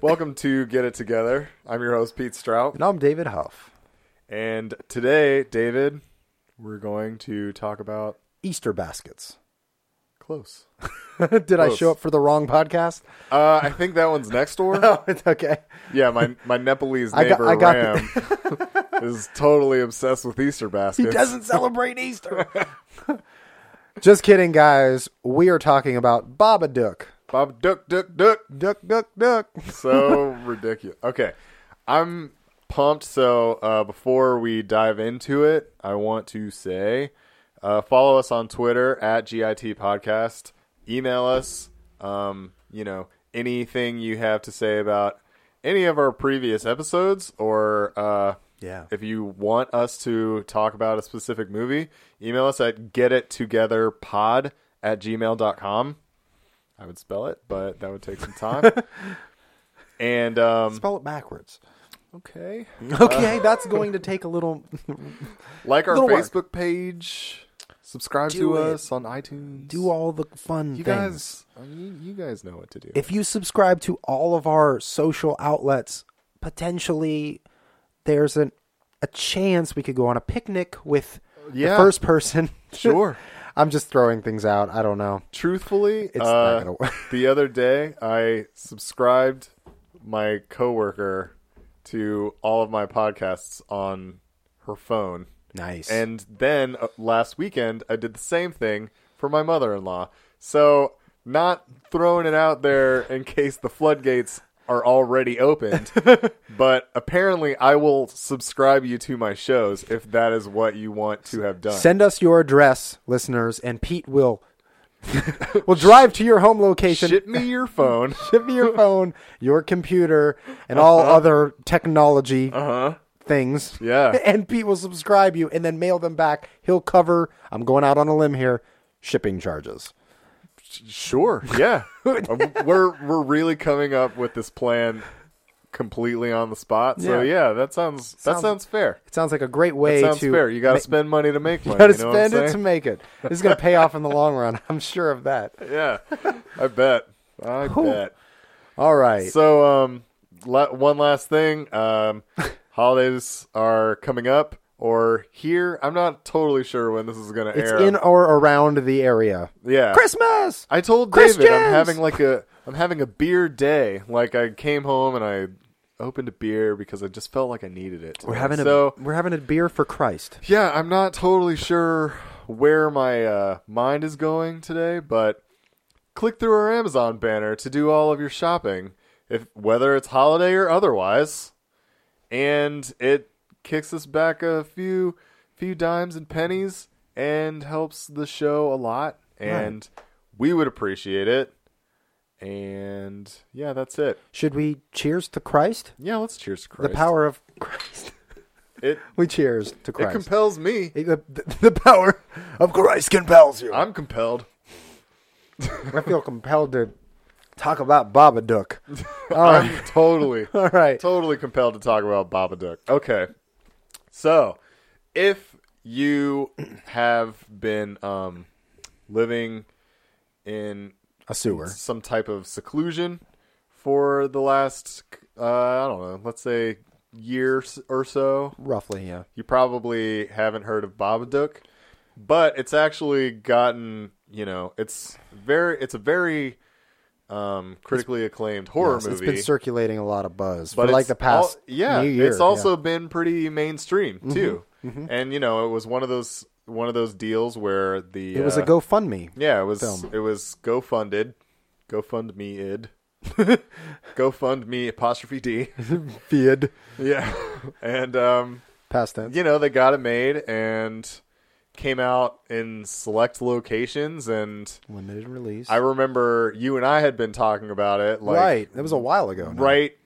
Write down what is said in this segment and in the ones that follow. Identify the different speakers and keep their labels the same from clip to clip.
Speaker 1: Welcome to Get It Together. I'm your host, Pete Strout.
Speaker 2: And I'm David Huff.
Speaker 1: And today, David, we're going to talk about
Speaker 2: Easter baskets.
Speaker 1: close.
Speaker 2: Did I
Speaker 1: Close.
Speaker 2: show up for the wrong podcast?
Speaker 1: Uh, I think that one's next door.
Speaker 2: Oh, it's okay.
Speaker 1: Yeah, my, my Nepalese
Speaker 2: I got-
Speaker 1: neighbor
Speaker 2: I got
Speaker 1: Ram is totally obsessed with Easter
Speaker 2: He
Speaker 1: baskets.
Speaker 2: doesn't celebrate Easter. Just kidding, guys. We are talking about Babadook.
Speaker 1: Bob Duck Duck Duck.
Speaker 2: Duck, duck, duck.
Speaker 1: so ridiculous. Okay, I'm pumped. So uh, before we dive into it, I want to say uh, follow us on Twitter at GIT Podcast. Email us. Um, you know anything you have to say about any of our previous episodes, or uh,
Speaker 2: Yeah.
Speaker 1: if you want us to talk about a specific movie, email us at getittogetherpod at gmail.com. I would spell it, but that would take some time. and um,
Speaker 2: Spell it backwards.
Speaker 1: okay,
Speaker 2: Okay, that's going to take a little.
Speaker 1: like our
Speaker 2: Little work.
Speaker 1: Facebook page, subscribe
Speaker 2: Do
Speaker 1: to
Speaker 2: it.
Speaker 1: us on iTunes.
Speaker 2: Do all the fun
Speaker 1: you
Speaker 2: things.
Speaker 1: guys? I mean, you guys know what to do.
Speaker 2: if you subscribe to all of our social outlets, potentially there's an, a chance we could go on a picnic with
Speaker 1: Yeah.
Speaker 2: the first person.
Speaker 1: Sure.
Speaker 2: I'm just throwing things out. I don't know.
Speaker 1: Truthfully,
Speaker 2: not
Speaker 1: uh,
Speaker 2: gonna work.
Speaker 1: the other day I subscribed my coworker to all of my podcasts on her phone.
Speaker 2: Nice.
Speaker 1: And then uh, last weekend, I did the same thing for my mother in law. So, not throwing it out there in case the floodgates are already opened, but apparently I will subscribe you to my shows if that is what you want to have done.
Speaker 2: Send us your address, listeners, and Pete will will drive to your home location.
Speaker 1: Ship me your phone.
Speaker 2: Ship me your phone, your computer, and all other technology things.
Speaker 1: Uh-huh. Yeah.
Speaker 2: And Pete will subscribe you and then mail them back. He'll cover, I'm going out on a limb here, shipping charges.
Speaker 1: Sure. Yeah. Uh, we're we're really coming up with this plan completely on the spot. So
Speaker 2: Yeah.
Speaker 1: yeah, that sounds, that
Speaker 2: Sounds-
Speaker 1: sounds fair.
Speaker 2: It sounds like a great way
Speaker 1: sounds
Speaker 2: to
Speaker 1: fair. You got to
Speaker 2: ma-
Speaker 1: spend money to make money.
Speaker 2: gotta
Speaker 1: you know what I'm
Speaker 2: spend it
Speaker 1: saying?
Speaker 2: to make it. This is going to pay off in the long run. I'm sure of that.
Speaker 1: yeah, I bet. I bet.
Speaker 2: All right.
Speaker 1: So, um, la- one last thing. Um, holidays are coming up or here. I'm not totally sure when this is going to
Speaker 2: it's
Speaker 1: air.
Speaker 2: in or around the area.
Speaker 1: yeah.
Speaker 2: Christmas.
Speaker 1: I told David I'm
Speaker 2: Christians!
Speaker 1: having like a I'm having a beer day. Like I came home and I opened a beer because I just felt like I needed it.
Speaker 2: We're having a
Speaker 1: so
Speaker 2: we're having a beer for Christ.
Speaker 1: yeah, I'm not totally sure where my uh, mind is going today, but click through our Amazon banner to do all of your shopping, if whether it's holiday or otherwise, and it kicks us back a few few dimes and pennies and helps the show a lot, and we would appreciate it. And yeah, that's it.
Speaker 2: Should we cheers to Christ?
Speaker 1: Yeah, let's cheers to
Speaker 2: The
Speaker 1: Christ.
Speaker 2: power of Christ.
Speaker 1: it
Speaker 2: we cheers to
Speaker 1: it
Speaker 2: Christ.
Speaker 1: compels me.
Speaker 2: It- the, the- the power of Christ compels you.
Speaker 1: I'm compelled.
Speaker 2: I feel compelled to talk about Babadook. All
Speaker 1: I'm
Speaker 2: right.
Speaker 1: totally
Speaker 2: All right.
Speaker 1: totally compelled to talk about Babadook. Okay, so if you have been um, living in
Speaker 2: A sewer.
Speaker 1: some type of seclusion for the last, uh, I don't know, let's say year s- or so,
Speaker 2: Roughly, yeah.
Speaker 1: you probably haven't heard of Babadook, but it's actually gotten you know it's very it's a very um, critically acclaimed horror
Speaker 2: Yes,
Speaker 1: movie.
Speaker 2: It's been circulating a lot of buzz
Speaker 1: but
Speaker 2: for like
Speaker 1: it's
Speaker 2: the past
Speaker 1: al- yeah
Speaker 2: new year, Mm-hmm,
Speaker 1: it's also been pretty mainstream too and you know it was one of those one of those deals where the
Speaker 2: yeah. It was a
Speaker 1: uh,
Speaker 2: GoFundMe.
Speaker 1: yeah it was
Speaker 2: film.
Speaker 1: it was go funded go fund me id go fund me apostrophe d
Speaker 2: Feed.
Speaker 1: yeah and um
Speaker 2: Past tense.
Speaker 1: you know they got it made and came out in select locations and
Speaker 2: Limited release.
Speaker 1: i remember you and i had been talking about it like
Speaker 2: right. That was a while ago. now.
Speaker 1: right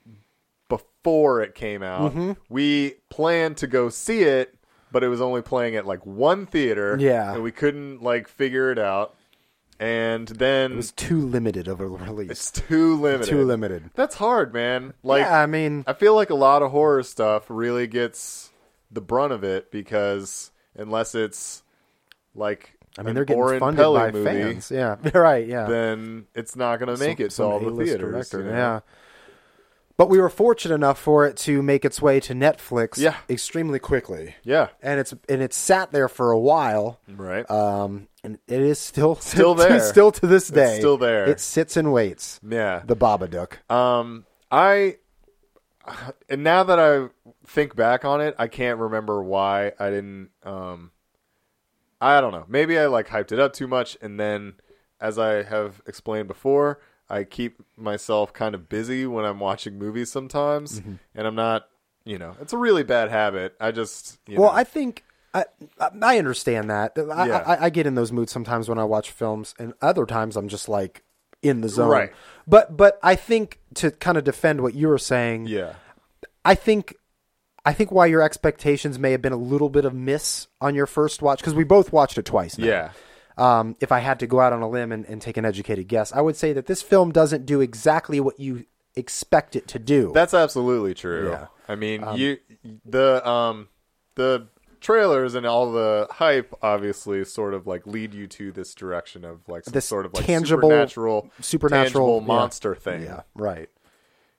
Speaker 1: before it came out.
Speaker 2: Mm-hmm.
Speaker 1: We planned to go see it, but it was only playing at like one theater.
Speaker 2: Yeah.
Speaker 1: And we couldn't like figure it out. And then
Speaker 2: It was too limited of a release.
Speaker 1: it's too limited.
Speaker 2: too limited.
Speaker 1: That's hard, man. Like
Speaker 2: yeah, I mean,
Speaker 1: I feel like a lot of horror stuff really gets the brunt of it because unless it's like
Speaker 2: I mean,
Speaker 1: an
Speaker 2: they're
Speaker 1: Oren
Speaker 2: getting funded
Speaker 1: Peli
Speaker 2: by
Speaker 1: movie,
Speaker 2: fans. Yeah, right. Yeah,
Speaker 1: then it's not going to make
Speaker 2: Some-
Speaker 1: it to
Speaker 2: some
Speaker 1: all the
Speaker 2: A-list
Speaker 1: theaters.
Speaker 2: director,
Speaker 1: you know?
Speaker 2: Yeah, But we were fortunate enough for it to make its way to Netflix
Speaker 1: Yeah.
Speaker 2: extremely quickly.
Speaker 1: Yeah.
Speaker 2: And it's and it's sat there for a while.
Speaker 1: Right.
Speaker 2: Um and it is still
Speaker 1: Still there.
Speaker 2: still to this day.
Speaker 1: still there.
Speaker 2: It sits and waits.
Speaker 1: yeah.
Speaker 2: The Babadook.
Speaker 1: Um, I and now that I think back on it, I can't remember why I didn't. Um, I don't know. Maybe I like hyped it up too much, and then, as I have explained before, I keep myself kind of busy when I'm watching movies sometimes,
Speaker 2: Mm-hmm.
Speaker 1: and I'm not. You know, it's a really bad habit. I just you
Speaker 2: Well,
Speaker 1: know,
Speaker 2: I think I I- I understand that. I,
Speaker 1: Yeah.
Speaker 2: I I get in those moods sometimes when I watch films, and other times I'm just like in the zone.
Speaker 1: Right.
Speaker 2: But but I think to kind of defend what you were saying,
Speaker 1: yeah,
Speaker 2: I think I think why your expectations may have been a little bit of miss on your first watch because we both watched it twice. now.
Speaker 1: yeah,
Speaker 2: Um, if I had to go out on a limb and, and take an educated guess, I would say that this film doesn't do exactly what you expect it to do.
Speaker 1: That's absolutely true.
Speaker 2: Yeah. Um,
Speaker 1: I mean, you the um the trailers and all the hype obviously sort of like lead you to this direction of like some
Speaker 2: This
Speaker 1: sort of like
Speaker 2: tangible-
Speaker 1: supernatural
Speaker 2: supernatural-
Speaker 1: tangible
Speaker 2: yeah.
Speaker 1: monster thing.
Speaker 2: yeah, right.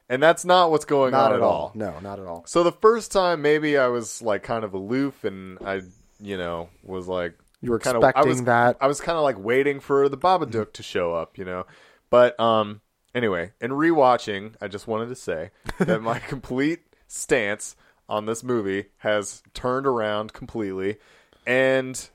Speaker 1: And that's not what's going
Speaker 2: Not
Speaker 1: on
Speaker 2: at all. No, not at all.
Speaker 1: So the first time maybe I was like kind of aloof and I you know was like
Speaker 2: You were
Speaker 1: kind
Speaker 2: expecting
Speaker 1: I was,
Speaker 2: that.
Speaker 1: I was kind of like waiting for the Babadook to show up, you know. But um anyway, in rewatching, I just wanted to say that my complete stance on this movie has turned around completely and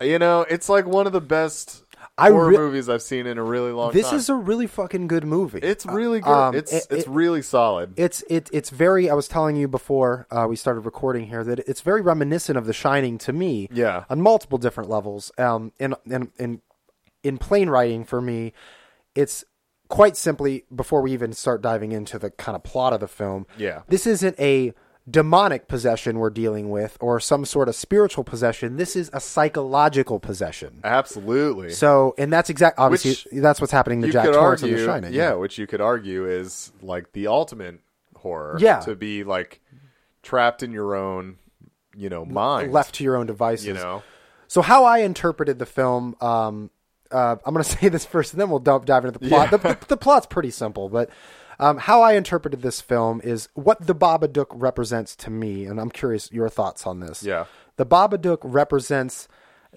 Speaker 1: you know, it's like one of the best
Speaker 2: I
Speaker 1: horror
Speaker 2: re-
Speaker 1: movies I've seen in a really long
Speaker 2: This
Speaker 1: time.
Speaker 2: is a really fucking good movie.
Speaker 1: it's really good.
Speaker 2: um,
Speaker 1: it's
Speaker 2: it-
Speaker 1: it's
Speaker 2: it-
Speaker 1: really solid.
Speaker 2: it's it, it's very i was telling you before uh, we started recording here that it's very reminiscent of the shining to me
Speaker 1: Yeah.
Speaker 2: on multiple different levels um and and in in plane writing for me it's quite simply before we even start diving into the kind of plot of the film
Speaker 1: Yeah.
Speaker 2: this isn't a demonic possession we're dealing with or some sort of spiritual possession this is a psychological possession
Speaker 1: Absolutely.
Speaker 2: so and that's exact obviously that's what's happening to
Speaker 1: you
Speaker 2: jack
Speaker 1: could
Speaker 2: torrance
Speaker 1: argue,
Speaker 2: in the shining
Speaker 1: yeah, which you could argue is like the ultimate horror.
Speaker 2: Yeah.
Speaker 1: to be like trapped in your own, you know, mind.
Speaker 2: left to your own devices
Speaker 1: you know,
Speaker 2: So how I interpreted the film, um, uh, I'm going to say this first, and then we'll dive, dive into the plot. The, the, the plot's pretty simple, but um, how I interpreted this film is what the Babadook represents to me, and I'm curious your thoughts on this.
Speaker 1: Yeah.
Speaker 2: the Babadook represents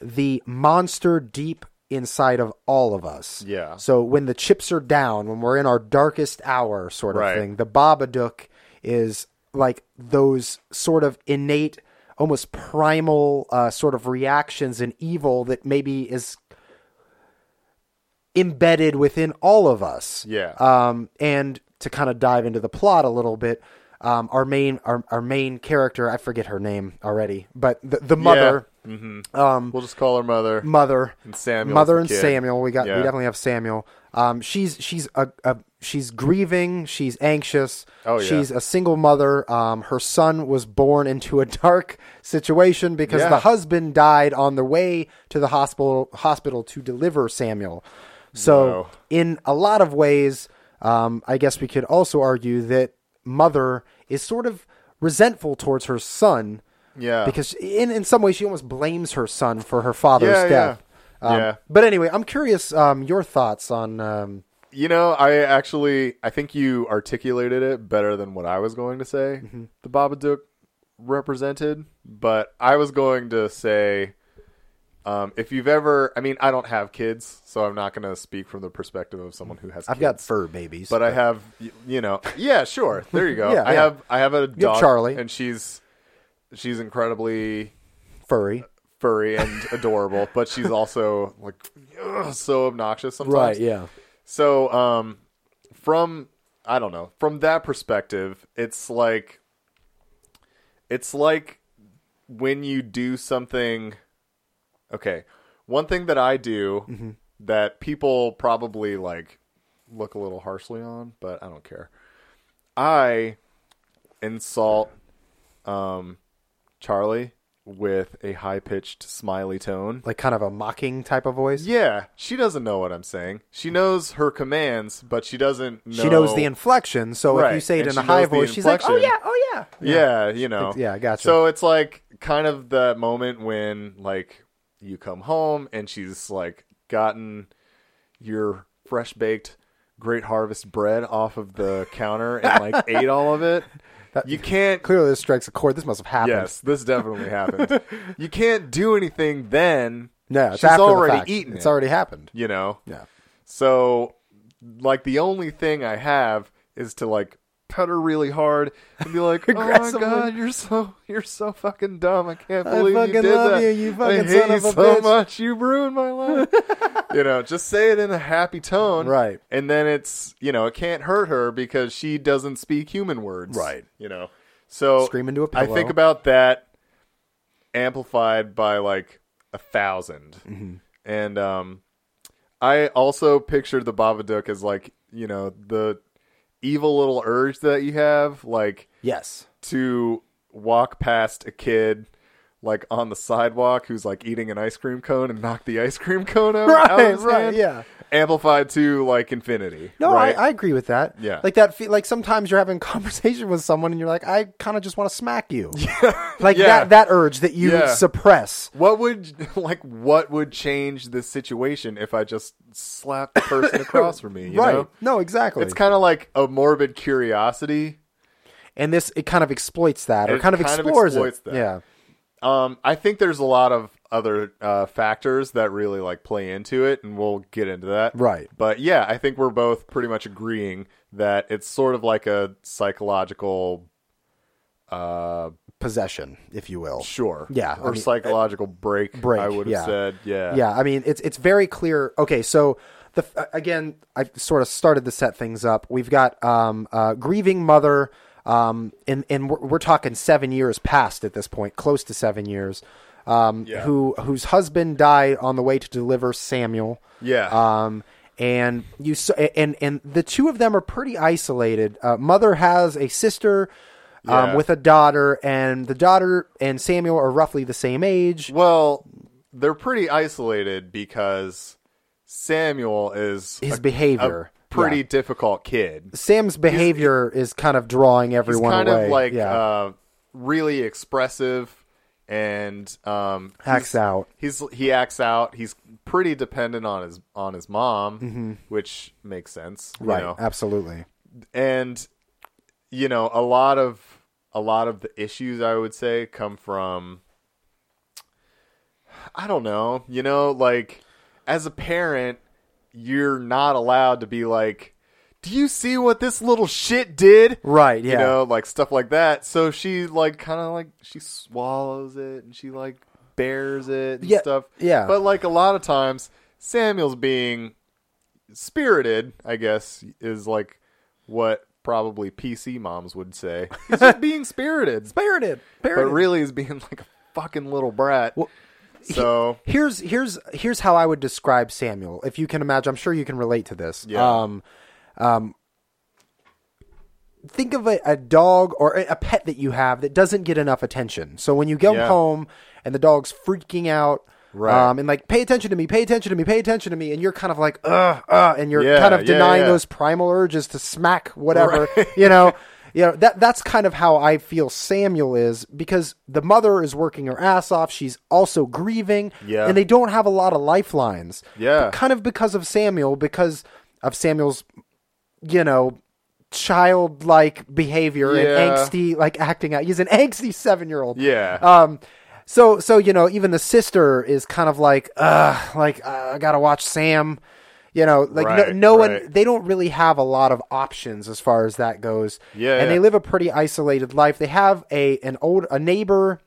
Speaker 2: the monster deep inside of all of us.
Speaker 1: Yeah.
Speaker 2: So when the chips are down, when we're in our darkest hour, sort of
Speaker 1: Right.
Speaker 2: thing, the Babadook is like those sort of innate, almost primal uh, sort of reactions and evil that maybe is embedded within all of us.
Speaker 1: Yeah.
Speaker 2: Um, and to kind of dive into the plot a little bit, um, our main our, our main character, I forget her name already, but the, the mother
Speaker 1: mm-hmm.
Speaker 2: Um,
Speaker 1: we'll just call her mother.
Speaker 2: mother
Speaker 1: Samuel's
Speaker 2: mother
Speaker 1: the
Speaker 2: and
Speaker 1: kid.
Speaker 2: Samuel. We got
Speaker 1: Yeah.
Speaker 2: we definitely have Samuel. Um, she's she's a, a she's grieving. She's anxious.
Speaker 1: Oh, yeah.
Speaker 2: She's a single mother. Um, her son was born into a dark situation because
Speaker 1: Yeah.
Speaker 2: the husband died on the way to the hospital hospital to deliver Samuel. So
Speaker 1: Wow.
Speaker 2: in a lot of ways, um, I guess we could also argue that mother is sort of resentful towards her son
Speaker 1: Yeah,
Speaker 2: because in in some way she almost blames her son for her father's
Speaker 1: Yeah, yeah.
Speaker 2: death. Um,
Speaker 1: Yeah.
Speaker 2: But anyway, I'm curious um, your thoughts on. Um,
Speaker 1: you know, I actually I think you articulated it better than what I was going to say.
Speaker 2: Mm-hmm.
Speaker 1: The Babadook represented, but I was going to say um, if you've ever, I mean, I don't have kids, so I'm not going to speak from the perspective of someone who has.
Speaker 2: I've
Speaker 1: kids.
Speaker 2: got fur babies,
Speaker 1: but I have, y- you know, yeah, sure. There you go.
Speaker 2: Yeah,
Speaker 1: I
Speaker 2: yeah.
Speaker 1: have, I have a dog,
Speaker 2: Charlie.
Speaker 1: and she's, she's incredibly
Speaker 2: furry.
Speaker 1: uh, furry and adorable, but she's also like ugh, so obnoxious sometimes.
Speaker 2: Yeah.
Speaker 1: So, um, from I don't know, from that perspective, it's like, it's like when you do something. Okay, one thing that I do that people probably like look a little harshly on, but I don't care. I insult um, Charlie with a high pitched smiley tone.
Speaker 2: Like kind of a mocking type of voice.
Speaker 1: Yeah, she doesn't know what I'm saying. She knows her commands, but she doesn't know.
Speaker 2: She knows the inflection, so if
Speaker 1: Right,
Speaker 2: you say it
Speaker 1: and
Speaker 2: in a
Speaker 1: she
Speaker 2: high
Speaker 1: knows the
Speaker 2: voice, she's like, "Oh yeah,
Speaker 1: inflection.
Speaker 2: oh yeah."
Speaker 1: Yeah, you know.
Speaker 2: It's- yeah, gotcha.
Speaker 1: So it's like kind of the moment when like you come home and she's like gotten your fresh baked Great Harvest bread off of the counter and like ate all of it. You can't
Speaker 2: Clearly, this strikes a chord. This must have happened.
Speaker 1: Yes, this definitely happened. You can't do anything then.
Speaker 2: No, it's
Speaker 1: she's
Speaker 2: after the
Speaker 1: already
Speaker 2: fact.
Speaker 1: eaten.
Speaker 2: It's
Speaker 1: it,
Speaker 2: already happened.
Speaker 1: you know.
Speaker 2: Yeah.
Speaker 1: So, like, the only thing I have is to like pet her really hard and be like, "Oh
Speaker 2: Grab
Speaker 1: my
Speaker 2: someone.
Speaker 1: god, you're so you're so fucking dumb. I can't
Speaker 2: I
Speaker 1: believe
Speaker 2: fucking
Speaker 1: you did
Speaker 2: love
Speaker 1: that.
Speaker 2: you, you
Speaker 1: I
Speaker 2: fucking
Speaker 1: hate
Speaker 2: son
Speaker 1: you
Speaker 2: of a
Speaker 1: so
Speaker 2: bitch."
Speaker 1: much. You ruined my life." you know, just say it in a happy tone,
Speaker 2: Right.
Speaker 1: And then it's you know it can't hurt her because she doesn't speak human words,
Speaker 2: Right.
Speaker 1: You know, so
Speaker 2: Scream into a
Speaker 1: I think
Speaker 2: pillow.
Speaker 1: about that amplified by like a 1000
Speaker 2: Mm-hmm.
Speaker 1: and um, I also pictured the Babadook as like you know the evil little urge that you have, like
Speaker 2: Yes.
Speaker 1: to walk past a kid like on the sidewalk who's like eating an ice cream cone and knock the ice cream cone out, out of
Speaker 2: Right,
Speaker 1: his
Speaker 2: right,
Speaker 1: hand.
Speaker 2: yeah.
Speaker 1: Amplified to like infinity.
Speaker 2: No,
Speaker 1: right?
Speaker 2: I, I agree with that.
Speaker 1: Yeah.
Speaker 2: Like that. Fe- like sometimes you're having a conversation with someone and you're like, I kind of just want to smack you. Like
Speaker 1: Yeah.
Speaker 2: that. That urge that you
Speaker 1: Yeah.
Speaker 2: suppress.
Speaker 1: What would like what would change this situation if I just slapped the person across from me? You
Speaker 2: right.
Speaker 1: know,
Speaker 2: No, exactly.
Speaker 1: it's kind of like a morbid curiosity.
Speaker 2: and this it kind of exploits that, or
Speaker 1: It
Speaker 2: kind of
Speaker 1: kind of
Speaker 2: explores
Speaker 1: exploits
Speaker 2: it.
Speaker 1: that.
Speaker 2: Yeah.
Speaker 1: Um, I think there's a lot of other uh, factors that really like play into it, and we'll get into that.
Speaker 2: Right.
Speaker 1: But yeah, I think we're both pretty much agreeing that it's sort of like a psychological, uh,
Speaker 2: Possession, if you will.
Speaker 1: sure,
Speaker 2: Yeah, I
Speaker 1: or
Speaker 2: mean, uh,
Speaker 1: psychological break.
Speaker 2: break,
Speaker 1: I would have
Speaker 2: yeah.
Speaker 1: said, yeah,
Speaker 2: yeah i mean it's it's very clear okay so the again i sort of started to set things up we've got um uh grieving mother um and and we're, we're talking seven years past at this point close to seven years um
Speaker 1: Yeah.
Speaker 2: who whose husband died on the way to deliver samuel
Speaker 1: Yeah.
Speaker 2: um and you s- and and the two of them are pretty isolated uh, mother has a sister um,
Speaker 1: Yeah.
Speaker 2: with a daughter and the daughter and samuel are roughly the same age
Speaker 1: Well, they're pretty isolated because Samuel is
Speaker 2: his
Speaker 1: a- a,
Speaker 2: behavior
Speaker 1: pretty
Speaker 2: Yeah.
Speaker 1: difficult kid.
Speaker 2: Sam's behavior is kind of drawing
Speaker 1: He's
Speaker 2: everyone
Speaker 1: kind
Speaker 2: away.
Speaker 1: of like
Speaker 2: yeah.
Speaker 1: uh, really expressive and um,
Speaker 2: Acts
Speaker 1: he's-
Speaker 2: out.
Speaker 1: He's he acts out. He's pretty dependent on his on his mom, which makes sense, you
Speaker 2: Mm-hmm. right,
Speaker 1: know.
Speaker 2: absolutely.
Speaker 1: And you know, a lot of a lot of the issues I would say come from I don't know, you know, like as a parent, you're not allowed to be like, "Do you see what this little shit did?"
Speaker 2: Right, yeah.
Speaker 1: you know, like stuff like that. So she like kind of like she swallows it and she like bears it and
Speaker 2: Yeah,
Speaker 1: stuff.
Speaker 2: yeah.
Speaker 1: but like a lot of times, Samuel's being spirited, I guess, is like what probably PC moms would say. He's just being spirited,
Speaker 2: Spirited.
Speaker 1: but really is being like a fucking little brat. so
Speaker 2: here's here's here's how I would describe Samuel. If you can imagine, I'm sure you can relate to this.
Speaker 1: Yeah.
Speaker 2: Um, um, think of a, a dog or a, a pet that you have that doesn't get enough attention. So when you go
Speaker 1: Yeah.
Speaker 2: home and the dog's freaking out.
Speaker 1: Right.
Speaker 2: Um, and like, pay attention to me, pay attention to me, pay attention to me, and you're kind of like, ugh, ugh, and you're
Speaker 1: Yeah,
Speaker 2: kind of
Speaker 1: yeah,
Speaker 2: denying
Speaker 1: yeah.
Speaker 2: those primal urges to smack whatever, you know, you know that that's kind of how I feel Samuel is because the mother is working her ass off. She's also grieving,
Speaker 1: Yeah.
Speaker 2: and they don't have a lot of lifelines.
Speaker 1: Yeah.
Speaker 2: But kind of because of Samuel, because of Samuel's, you know, childlike behavior
Speaker 1: Yeah.
Speaker 2: and angsty, like acting out. He's an angsty seven-year-old.
Speaker 1: yeah,
Speaker 2: Um, so so you know, even the sister is kind of like, uh, like uh, I gotta watch Sam. You know, like
Speaker 1: Right,
Speaker 2: no, no one,
Speaker 1: right.
Speaker 2: they don't really have a lot of options as far as that goes.
Speaker 1: Yeah,
Speaker 2: and they
Speaker 1: yeah.
Speaker 2: live a pretty isolated life. They have a an old a neighbor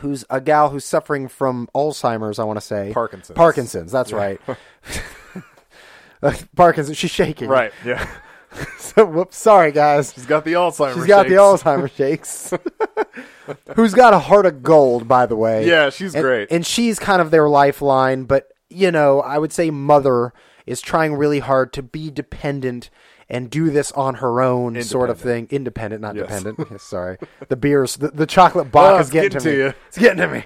Speaker 2: who's a gal who's suffering from Alzheimer's. I want to say
Speaker 1: Parkinson's.
Speaker 2: Parkinson's. That's right. Parkinson's. She's shaking.
Speaker 1: right, yeah.
Speaker 2: so, whoops. Sorry, guys.
Speaker 1: He's got the Alzheimer's.
Speaker 2: She's got the
Speaker 1: shakes.
Speaker 2: Alzheimer shakes. Who's got a heart of gold, by the way.
Speaker 1: Yeah, she's
Speaker 2: And-
Speaker 1: great.
Speaker 2: And she's kind of their lifeline, but you know, I would say mother is trying really hard to be dependent and do this on her own sort of thing. Independent, not dependent. Yes, sorry. The beers, the, the chocolate box
Speaker 1: Oh,
Speaker 2: is
Speaker 1: it's
Speaker 2: getting,
Speaker 1: getting to
Speaker 2: to, me.
Speaker 1: you.
Speaker 2: It's getting to me.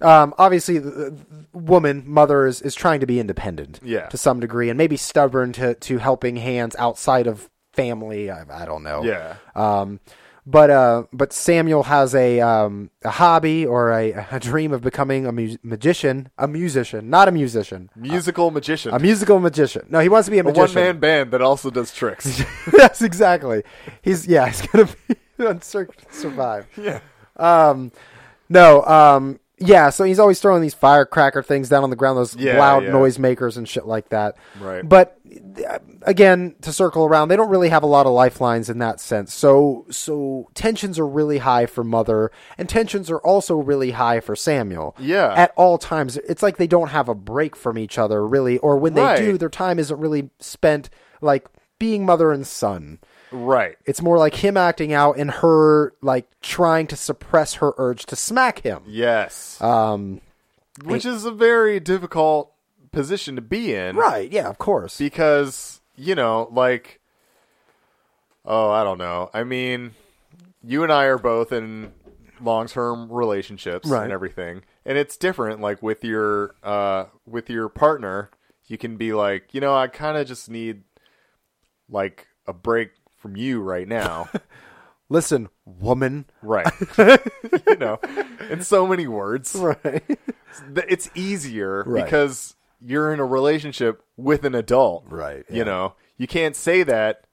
Speaker 2: Um, obviously, the, the woman, mother, is, is trying to be independent
Speaker 1: Yeah.
Speaker 2: to some degree and maybe stubborn to, to helping hands outside of family. I, I don't know.
Speaker 1: Yeah.
Speaker 2: Um, But uh, but Samuel has a um, a hobby or a, a dream of becoming a mu- magician, a musician, not a musician,
Speaker 1: Musical magician.
Speaker 2: a musical magician. No, he wants to be a
Speaker 1: a
Speaker 2: magician.
Speaker 1: one man band that also does tricks.
Speaker 2: yes, exactly. He's yeah, he's gonna be on Sur- survive.
Speaker 1: yeah.
Speaker 2: Um, no, um, yeah. So he's always throwing these firecracker things down on the ground, those
Speaker 1: Yeah,
Speaker 2: loud
Speaker 1: yeah.
Speaker 2: noisemakers and shit like that.
Speaker 1: Right.
Speaker 2: But uh, again, to circle around, they don't really have a lot of lifelines in that sense. So, so tensions are really high for Mother, and tensions are also really high for Samuel.
Speaker 1: Yeah.
Speaker 2: At all times, it's like they don't have a break from each other, really. Or when they
Speaker 1: Right.
Speaker 2: do, their time isn't really spent like being mother and son.
Speaker 1: Right.
Speaker 2: It's more like him acting out and her like trying to suppress her urge to smack him.
Speaker 1: Yes.
Speaker 2: Um,
Speaker 1: Which is a very difficult position to be in.
Speaker 2: right? Yeah, of course.
Speaker 1: because you know like oh i don't know i mean you and i are both in long-term relationships
Speaker 2: Right.
Speaker 1: and everything and it's different like with your uh with your partner you can be like you know i kind of just need like a break from you right now
Speaker 2: Listen, woman.
Speaker 1: right you know in so many words
Speaker 2: Right.
Speaker 1: th- it's easier
Speaker 2: Right.
Speaker 1: because you're in a relationship with an adult.
Speaker 2: Right, yeah.
Speaker 1: You know, you can't say that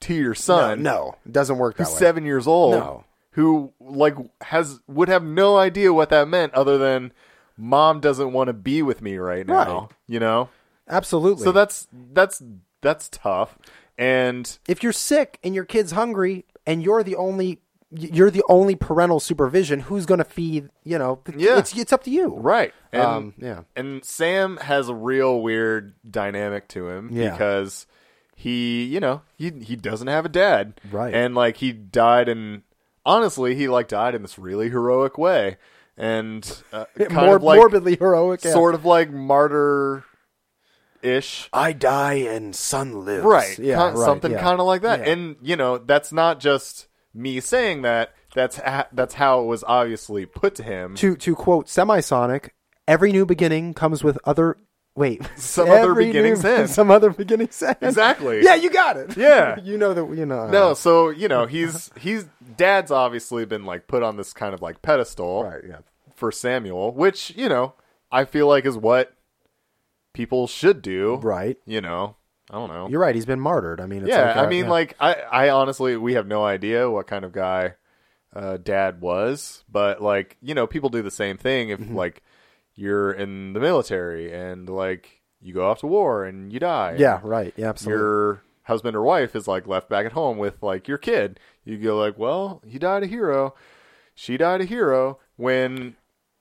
Speaker 1: to your son,
Speaker 2: no, it doesn't work that
Speaker 1: who's
Speaker 2: way.
Speaker 1: seven years old,
Speaker 2: No.
Speaker 1: who like has would have no idea what that meant other than mom doesn't want to be with me right now.
Speaker 2: Right.
Speaker 1: You know,
Speaker 2: Absolutely.
Speaker 1: so that's that's that's tough. And
Speaker 2: if you're sick and your kid's hungry and you're the only you're the only parental supervision, who's going to feed? You know, the-
Speaker 1: Yeah.
Speaker 2: it's it's up to you.
Speaker 1: right, and
Speaker 2: Um, yeah.
Speaker 1: And Sam has a real weird dynamic to him
Speaker 2: Yeah.
Speaker 1: because he, you know, he he doesn't have a dad.
Speaker 2: Right.
Speaker 1: And like he died in honestly, he like died in this really heroic way. And uh, kind
Speaker 2: More
Speaker 1: of like
Speaker 2: morbidly heroic. yeah.
Speaker 1: sort of like martyr ish.
Speaker 2: I die and son lives.
Speaker 1: Right.
Speaker 2: Yeah.
Speaker 1: Kind-
Speaker 2: right,
Speaker 1: something
Speaker 2: yeah.
Speaker 1: kind of like that.
Speaker 2: Yeah.
Speaker 1: And you know, that's not just me saying that. That's ha- that's how it was obviously put to him.
Speaker 2: to to quote Semisonic, every new beginning comes with other wait
Speaker 1: Some other
Speaker 2: every
Speaker 1: beginning's end.
Speaker 2: some other beginning's end.
Speaker 1: Exactly.
Speaker 2: Yeah, you got it.
Speaker 1: Yeah.
Speaker 2: you know that you know.
Speaker 1: No, so you know he's he's dad's obviously been like put on this kind of like pedestal
Speaker 2: right. Yeah,
Speaker 1: for Samuel, which you know I feel like is what people should do.
Speaker 2: right.
Speaker 1: You know, I don't know.
Speaker 2: You're right. He's been martyred. I mean, it's
Speaker 1: yeah,
Speaker 2: like, uh,
Speaker 1: I mean,
Speaker 2: yeah.
Speaker 1: like I I honestly we have no idea what kind of guy uh, dad was, but like you know people do the same thing if
Speaker 2: Mm-hmm.
Speaker 1: like you're in the military and like you go off to war and you die.
Speaker 2: yeah, right. Yeah, absolutely.
Speaker 1: your husband or wife is like left back at home with like your kid. You go like, well, he died a hero, she died a hero. When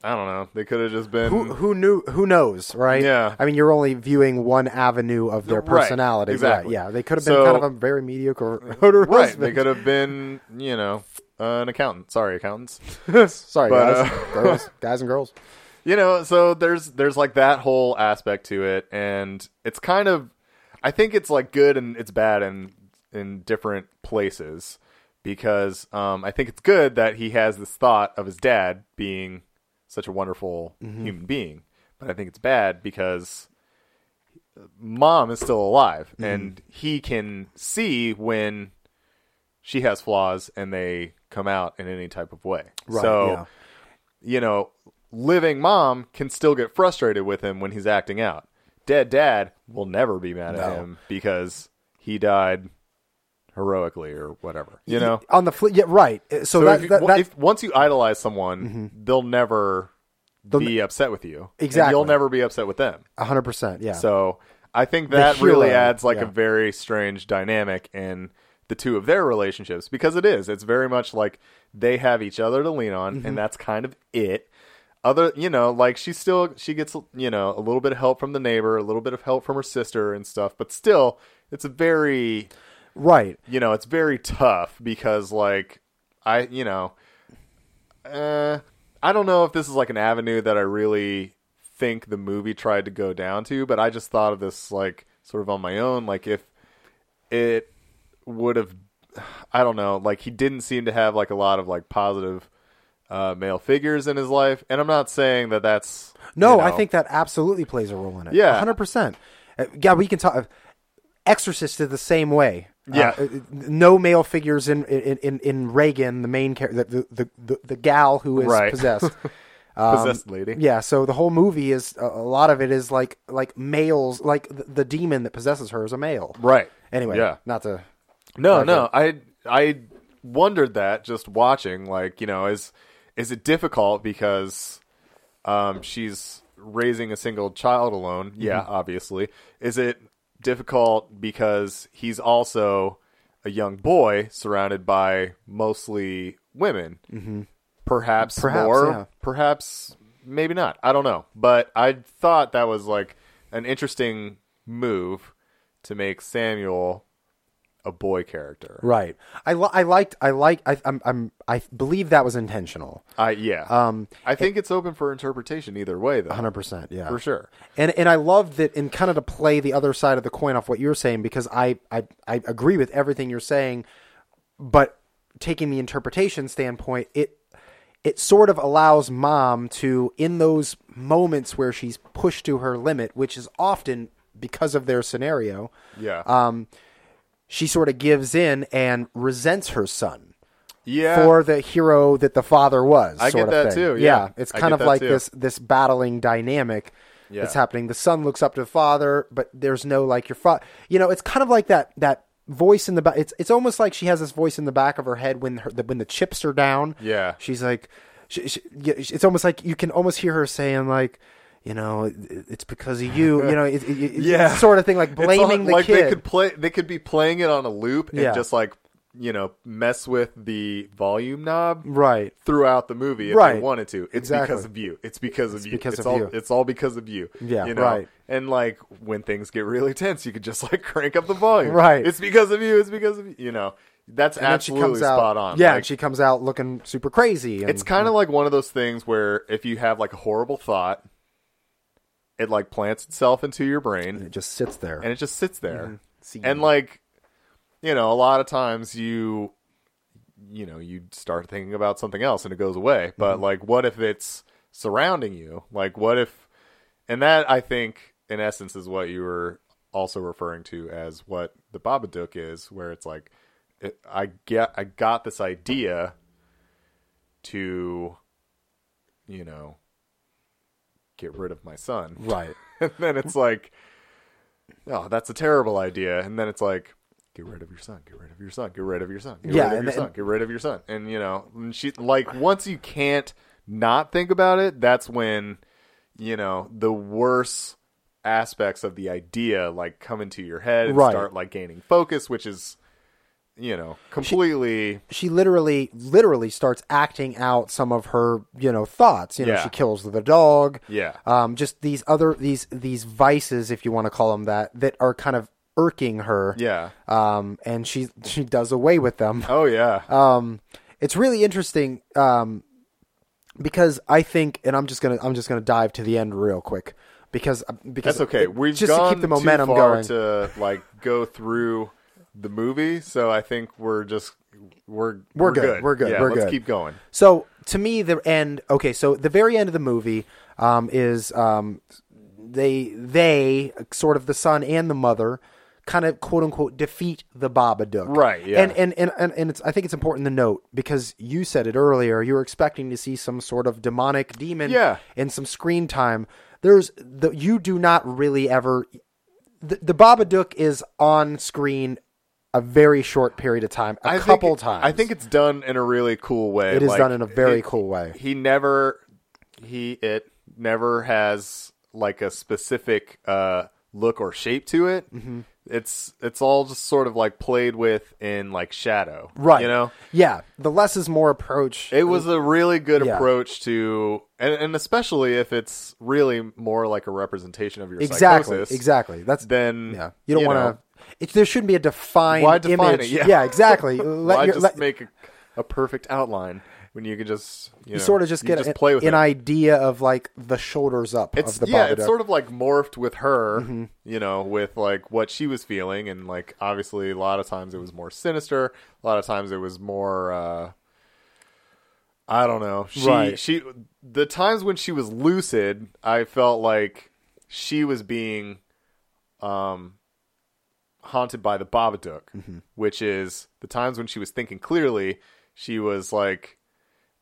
Speaker 1: I don't know, they could have just been
Speaker 2: Who, who knew? Who knows? Right?
Speaker 1: Yeah.
Speaker 2: I mean, you're only viewing one avenue of their
Speaker 1: Right,
Speaker 2: personality.
Speaker 1: exactly.
Speaker 2: Yeah. They could have been
Speaker 1: So-
Speaker 2: kind of a very mediocre rotor
Speaker 1: right. They could have been, you know, an accountant. Sorry, accountants.
Speaker 2: Sorry,
Speaker 1: but,
Speaker 2: guys,
Speaker 1: uh,
Speaker 2: girls, guys and girls.
Speaker 1: you know so there's there's like that whole aspect to it and it's kind of i think it's like good and it's bad in in different places because um i think it's good that he has this thought of his dad being such a wonderful
Speaker 2: Mm-hmm.
Speaker 1: human being but i think it's bad because mom is still alive
Speaker 2: Mm-hmm.
Speaker 1: and he can see when she has flaws and they come out in any type of way
Speaker 2: Right,
Speaker 1: so
Speaker 2: yeah.
Speaker 1: you know, living mom can still get frustrated with him when he's acting out. Dead dad will never be mad at
Speaker 2: No.
Speaker 1: him because he died heroically or whatever. You know.
Speaker 2: on the flip. Yeah, right. Uh, So,
Speaker 1: So
Speaker 2: that,
Speaker 1: if, you-
Speaker 2: that, that Mm-hmm.
Speaker 1: if- once you idolize someone, they'll never be upset with you. And
Speaker 2: Exactly.
Speaker 1: you'll never be upset with them.
Speaker 2: 100. percent Yeah.
Speaker 1: So I think that really
Speaker 2: hero,
Speaker 1: adds like
Speaker 2: yeah.
Speaker 1: a very strange dynamic in the two of their relationships because it is. It's very much like they have each other to lean on,
Speaker 2: Mm-hmm.
Speaker 1: and that's kind of it. Other, you know, like she still she gets you know a little bit of help from the neighbor, a little bit of help from her sister and stuff, but still, it's a very
Speaker 2: right.
Speaker 1: you know it's very tough because like I you know, uh, I don't know if this is like an avenue that I really think the movie tried to go down to, but I just thought of this like sort of on my own. Like if it would have, I don't know, like he didn't seem to have like a lot of like positive uh, male figures in his life, and I'm not saying that that's
Speaker 2: No,
Speaker 1: you know-
Speaker 2: I think that absolutely plays a Uh, role in it.
Speaker 1: Yeah.
Speaker 2: hundred percent. Yeah, we can talk. Exorcist is the same way.
Speaker 1: Yeah.
Speaker 2: Uh, no male figures in in, in, in Reagan, the main character, the, the the the gal who is
Speaker 1: Right.
Speaker 2: possessed.
Speaker 1: Possessed lady.
Speaker 2: um, Yeah, so the whole movie is a a lot of it is like like males, like the, the demon that possesses her is a male.
Speaker 1: Right.
Speaker 2: Anyway,
Speaker 1: Yeah.
Speaker 2: not to
Speaker 1: No, no. I I wondered that just watching. Like, you know, is is it difficult because um, she's raising a single child alone?
Speaker 2: Mm-hmm.
Speaker 1: Yeah, obviously. Is it difficult because he's also a young boy surrounded by mostly women? Mm-hmm. Perhaps,
Speaker 2: Perhaps,
Speaker 1: more.
Speaker 2: yeah.
Speaker 1: Perhaps maybe not. I don't know. But I thought that was like an interesting move to make Samuel a boy character.
Speaker 2: right. I li- I liked I like I I'm, I'm I believe that was intentional.
Speaker 1: I yeah. Um, I think it's open for interpretation either way, though,
Speaker 2: 100%, yeah.
Speaker 1: for sure.
Speaker 2: And and I love that and kind of to play the other side of the coin off what you're saying because I I, I agree with everything you're saying, but taking the interpretation standpoint, it it sort of allows mom to in those moments where she's pushed to her limit, which is often because of their scenario,
Speaker 1: Yeah,
Speaker 2: she sort of gives in and resents her son.
Speaker 1: yeah,
Speaker 2: for the hero that the father was. I
Speaker 1: get that too, yeah.
Speaker 2: it's
Speaker 1: I
Speaker 2: kind
Speaker 1: get
Speaker 2: of
Speaker 1: that
Speaker 2: like
Speaker 1: too.
Speaker 2: this this battling dynamic
Speaker 1: Yeah.
Speaker 2: that's happening. The son looks up to the father, but there's no like your father. You know, it's kind of like that that voice in the back. It's it's almost like she has this voice in the back of her head when her, the, when the chips are down.
Speaker 1: Yeah.
Speaker 2: she's like, she, she, yeah, she- it's almost like you can almost hear her saying like. You know, it- it's because of you. You know, it, it, it-
Speaker 1: Yeah.
Speaker 2: sort of thing, like
Speaker 1: It's
Speaker 2: blaming
Speaker 1: all-
Speaker 2: the
Speaker 1: like
Speaker 2: kid.
Speaker 1: they could play. They could be playing it on a loop and
Speaker 2: Yeah.
Speaker 1: just like you know mess with the volume knob
Speaker 2: Right.
Speaker 1: throughout the movie if they
Speaker 2: Right.
Speaker 1: wanted to. It's because
Speaker 2: Exactly.
Speaker 1: of you. It's because of you.
Speaker 2: because
Speaker 1: it's
Speaker 2: of
Speaker 1: all
Speaker 2: you.
Speaker 1: it's all because of you.
Speaker 2: Yeah,
Speaker 1: you know?
Speaker 2: right.
Speaker 1: And like when things get really tense, you could just like crank up the volume.
Speaker 2: Right.
Speaker 1: It's because of you. It's because of you. You know. That's
Speaker 2: And then she
Speaker 1: absolutely
Speaker 2: comes out,
Speaker 1: spot on.
Speaker 2: Yeah,
Speaker 1: Like,
Speaker 2: and she comes out looking super crazy. And,
Speaker 1: It's kind of like one of those things where if you have like a horrible thought, it like plants itself into your brain
Speaker 2: it just sits there.
Speaker 1: and it just sits there. And like, you know, a lot of times you, you know, you start thinking about something else and it goes away. But like, what if it's surrounding you? Like, what if, and that I think in essence is what you were also referring to as what the Babadook is, where it's like, it, I get, I got this idea to, you know, get rid of my son
Speaker 2: right.
Speaker 1: and then it's like, oh, that's a terrible idea. And then it's like, get rid of your son, get rid of your son, get rid of your son, get
Speaker 2: Yeah,
Speaker 1: rid of
Speaker 2: and
Speaker 1: your
Speaker 2: then-
Speaker 1: son, get rid of your son. And you know, and she like once you can't not think about it, that's when you know the worst aspects of the idea like come into your head and
Speaker 2: Right.
Speaker 1: start like gaining focus, which is you know completely
Speaker 2: she literally literally starts acting out some of her you know thoughts you know
Speaker 1: Yeah.
Speaker 2: she kills the dog
Speaker 1: Yeah.
Speaker 2: um just these other these these vices if you want to call them that that are kind of irking her
Speaker 1: yeah.
Speaker 2: um and she she does away with them
Speaker 1: Oh yeah.
Speaker 2: um it's really interesting um because i think and i'm just gonna i'm just gonna dive to the end real quick because because
Speaker 1: That's okay.
Speaker 2: it-
Speaker 1: We've
Speaker 2: just
Speaker 1: gone
Speaker 2: to keep the momentum
Speaker 1: too far
Speaker 2: going
Speaker 1: to like go through the movie, so I think we're just we're
Speaker 2: We're good. We're good.
Speaker 1: Yeah,
Speaker 2: We're
Speaker 1: let's
Speaker 2: good.
Speaker 1: keep going.
Speaker 2: So to me, the end. Okay, so the very end of the movie um, is um, they they sort of the son and the mother kind of quote unquote defeat the Babadook.
Speaker 1: Right, yeah.
Speaker 2: And and and and, and it's, I think it's important to note because you said it earlier. You were expecting to see some sort of demonic demon.
Speaker 1: Yeah.
Speaker 2: And some screen time. There's the you do not really ever. The, the Babadook is on screen a very short period of time, a
Speaker 1: I
Speaker 2: couple
Speaker 1: think,
Speaker 2: times.
Speaker 1: I think it's done in a really cool way.
Speaker 2: It is
Speaker 1: Like,
Speaker 2: done in a very
Speaker 1: it-
Speaker 2: cool way.
Speaker 1: He never he it never has like a specific uh look or shape to it.
Speaker 2: Mm-hmm.
Speaker 1: It's it's all just sort of like played with in like shadow.
Speaker 2: Right.
Speaker 1: You know?
Speaker 2: Yeah. The less is more approach.
Speaker 1: It was a really good
Speaker 2: Yeah.
Speaker 1: approach to, and, and especially if it's really more like a representation of your
Speaker 2: exactly.
Speaker 1: psychosis.
Speaker 2: Exactly. That's
Speaker 1: Then
Speaker 2: yeah. You don't
Speaker 1: know,
Speaker 2: want to. There shouldn't be a defined
Speaker 1: Why define
Speaker 2: image.
Speaker 1: it? Yeah.
Speaker 2: exactly. Let
Speaker 1: why
Speaker 2: your-
Speaker 1: just
Speaker 2: let-
Speaker 1: make a, a perfect outline when you can just you,
Speaker 2: you
Speaker 1: know,
Speaker 2: sort of just
Speaker 1: you
Speaker 2: get
Speaker 1: just
Speaker 2: an,
Speaker 1: play with
Speaker 2: an
Speaker 1: it.
Speaker 2: idea of like the shoulders up
Speaker 1: It's
Speaker 2: of the Mm-hmm.
Speaker 1: yeah,
Speaker 2: Babadook.
Speaker 1: it's sort of like morphed with her, you know, with like what she was feeling, and like obviously a lot of times it was more sinister, a lot of times it was more. uh I don't know. She
Speaker 2: Right.
Speaker 1: she the times when she was lucid, I felt like she was being um haunted by the Babadook,
Speaker 2: Mm-hmm.
Speaker 1: which is the times when she was thinking clearly, she was like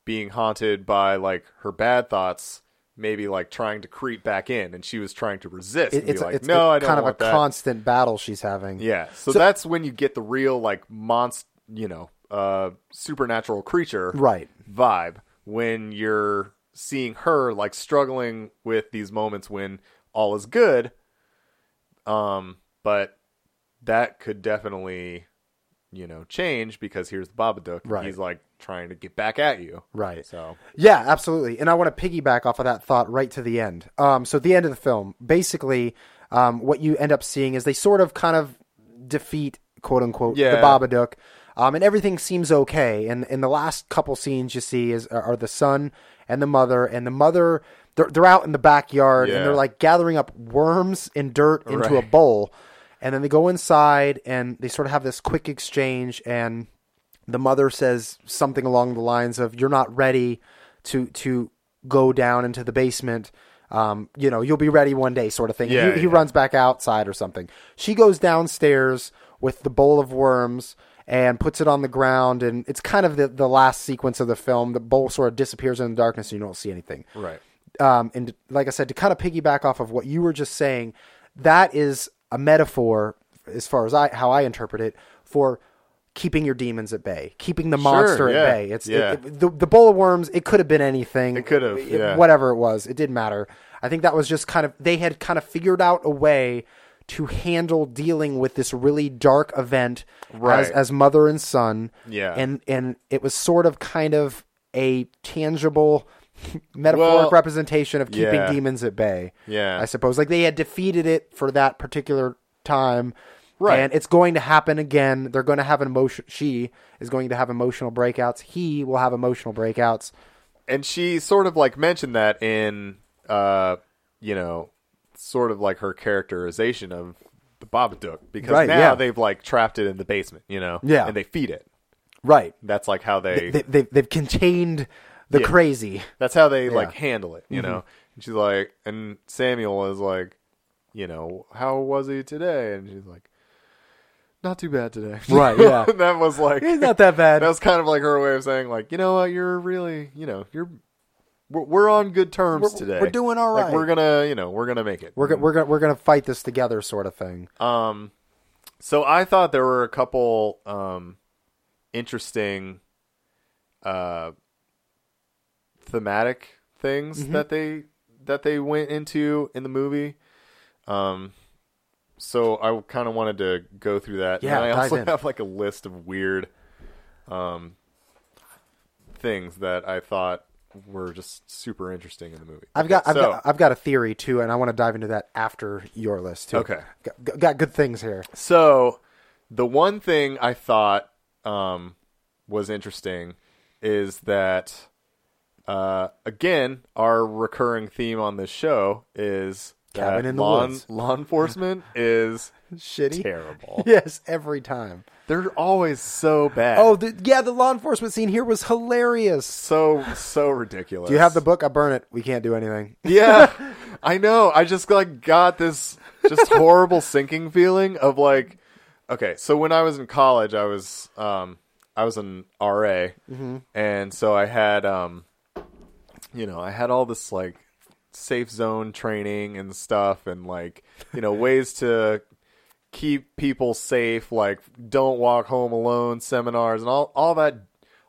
Speaker 1: being haunted by like her bad thoughts, maybe like trying to creep back in, and she was trying to resist. and
Speaker 2: It,
Speaker 1: be
Speaker 2: it's
Speaker 1: like,
Speaker 2: it's
Speaker 1: no,
Speaker 2: a-
Speaker 1: I don't
Speaker 2: kind of a
Speaker 1: want that.
Speaker 2: constant battle she's having.
Speaker 1: Yeah. So, that's when you get the real like monster, you know, uh supernatural creature
Speaker 2: Right.
Speaker 1: vibe when you're seeing her like struggling with these moments when all is good. Um but that could definitely you know change because here's the Babadook.
Speaker 2: Right.
Speaker 1: He's like trying to get back at you.
Speaker 2: Right.
Speaker 1: So
Speaker 2: Yeah, absolutely. And I want to piggyback off of that thought right to the end. Um, so at the end of the film, basically, um, what you end up seeing is they sort of kind of defeat quote unquote the
Speaker 1: Yeah.
Speaker 2: Babadook. Um, and everything seems okay. And in the last couple scenes you see is are the son and the mother and the mother they're, they're out in the backyard and
Speaker 1: Yeah.
Speaker 2: they're like gathering up worms and dirt into a
Speaker 1: Right.
Speaker 2: bowl. And then they go inside and they sort of have this quick exchange and the mother says something along the lines of you're not ready to to go down into the basement um, you know you'll be ready one day sort of thing
Speaker 1: Yeah,
Speaker 2: he, he
Speaker 1: yeah.
Speaker 2: runs back outside or something she goes downstairs with the bowl of worms and puts it on the ground and it's kind of the, the last sequence of the film the bowl sort of disappears in the darkness and you don't see anything
Speaker 1: Right.
Speaker 2: um, and like I said, to kind of piggyback off of what you were just saying, that is a metaphor, as far as I how I interpret it, for keeping your demons at bay, keeping the monster
Speaker 1: yeah,
Speaker 2: at bay. It's it-
Speaker 1: yeah.
Speaker 2: it- the the bowl of worms. It could have been anything. It
Speaker 1: could have, yeah.
Speaker 2: whatever it was. It didn't matter. I think that was just kind of they had kind of figured out a way to handle dealing with this really dark event as
Speaker 1: Right.
Speaker 2: as mother and son.
Speaker 1: Yeah.
Speaker 2: and and it was sort of kind of a tangible metaphoric
Speaker 1: Well,
Speaker 2: representation of keeping
Speaker 1: yeah.
Speaker 2: demons at bay.
Speaker 1: Yeah.
Speaker 2: I suppose like they had defeated it for that particular time.
Speaker 1: Right.
Speaker 2: And it's going to happen again. They're going to have an emotion she is going to have emotional breakouts. He will have emotional breakouts.
Speaker 1: and she sort of like mentioned that in uh you know sort of like her characterization of the Babadook because
Speaker 2: Right,
Speaker 1: now
Speaker 2: yeah.
Speaker 1: they've like trapped it in the basement, you know,
Speaker 2: Yeah.
Speaker 1: and they feed it.
Speaker 2: Right.
Speaker 1: That's like how they,
Speaker 2: They, they they've contained the crazy.
Speaker 1: that's how they like handle it,
Speaker 2: Mm-hmm.
Speaker 1: you know. And she's like, and Samuel is like, you know, how was he today? And she's like, not too bad today,
Speaker 2: Right, yeah.
Speaker 1: and that was like
Speaker 2: It's not that bad.
Speaker 1: that was kind of like her way of saying like you know what you're really you know you're we're, we're on good terms
Speaker 2: We're-
Speaker 1: today
Speaker 2: we're doing all
Speaker 1: Like,
Speaker 2: right.
Speaker 1: we're gonna you know we're gonna make it
Speaker 2: We're go- we're gonna we're gonna fight this together, sort of thing.
Speaker 1: um so i thought there were a couple um interesting uh thematic things
Speaker 2: Mm-hmm.
Speaker 1: that they that they went into in the movie um so i kind of wanted to go through that
Speaker 2: Yeah,
Speaker 1: and i
Speaker 2: dive
Speaker 1: also
Speaker 2: in.
Speaker 1: have like a list of weird um things that i thought were just super interesting in the movie
Speaker 2: I've got,
Speaker 1: Okay,
Speaker 2: I've
Speaker 1: so-
Speaker 2: got I've got a theory too, and I want to dive into that after your list too.
Speaker 1: Okay.
Speaker 2: got, got good things here.
Speaker 1: So the one thing I thought um, was interesting is that uh, again, our recurring theme on this show is
Speaker 2: Cabin
Speaker 1: that
Speaker 2: in the
Speaker 1: law,
Speaker 2: woods.
Speaker 1: law enforcement is
Speaker 2: Shitty.
Speaker 1: terrible.
Speaker 2: Yes, every time.
Speaker 1: They're always so bad.
Speaker 2: Oh, the, yeah, the law enforcement scene here was hilarious.
Speaker 1: so so ridiculous.
Speaker 2: Do you have the book? I burn it. We can't do anything.
Speaker 1: Yeah, I know. I just like got this just horrible sinking feeling of like, okay. So when I was in college, I was um I was an RA, and so I had um you know I had all this like safe zone training and stuff, and like you know ways to keep people safe, like don't walk home alone seminars and all all that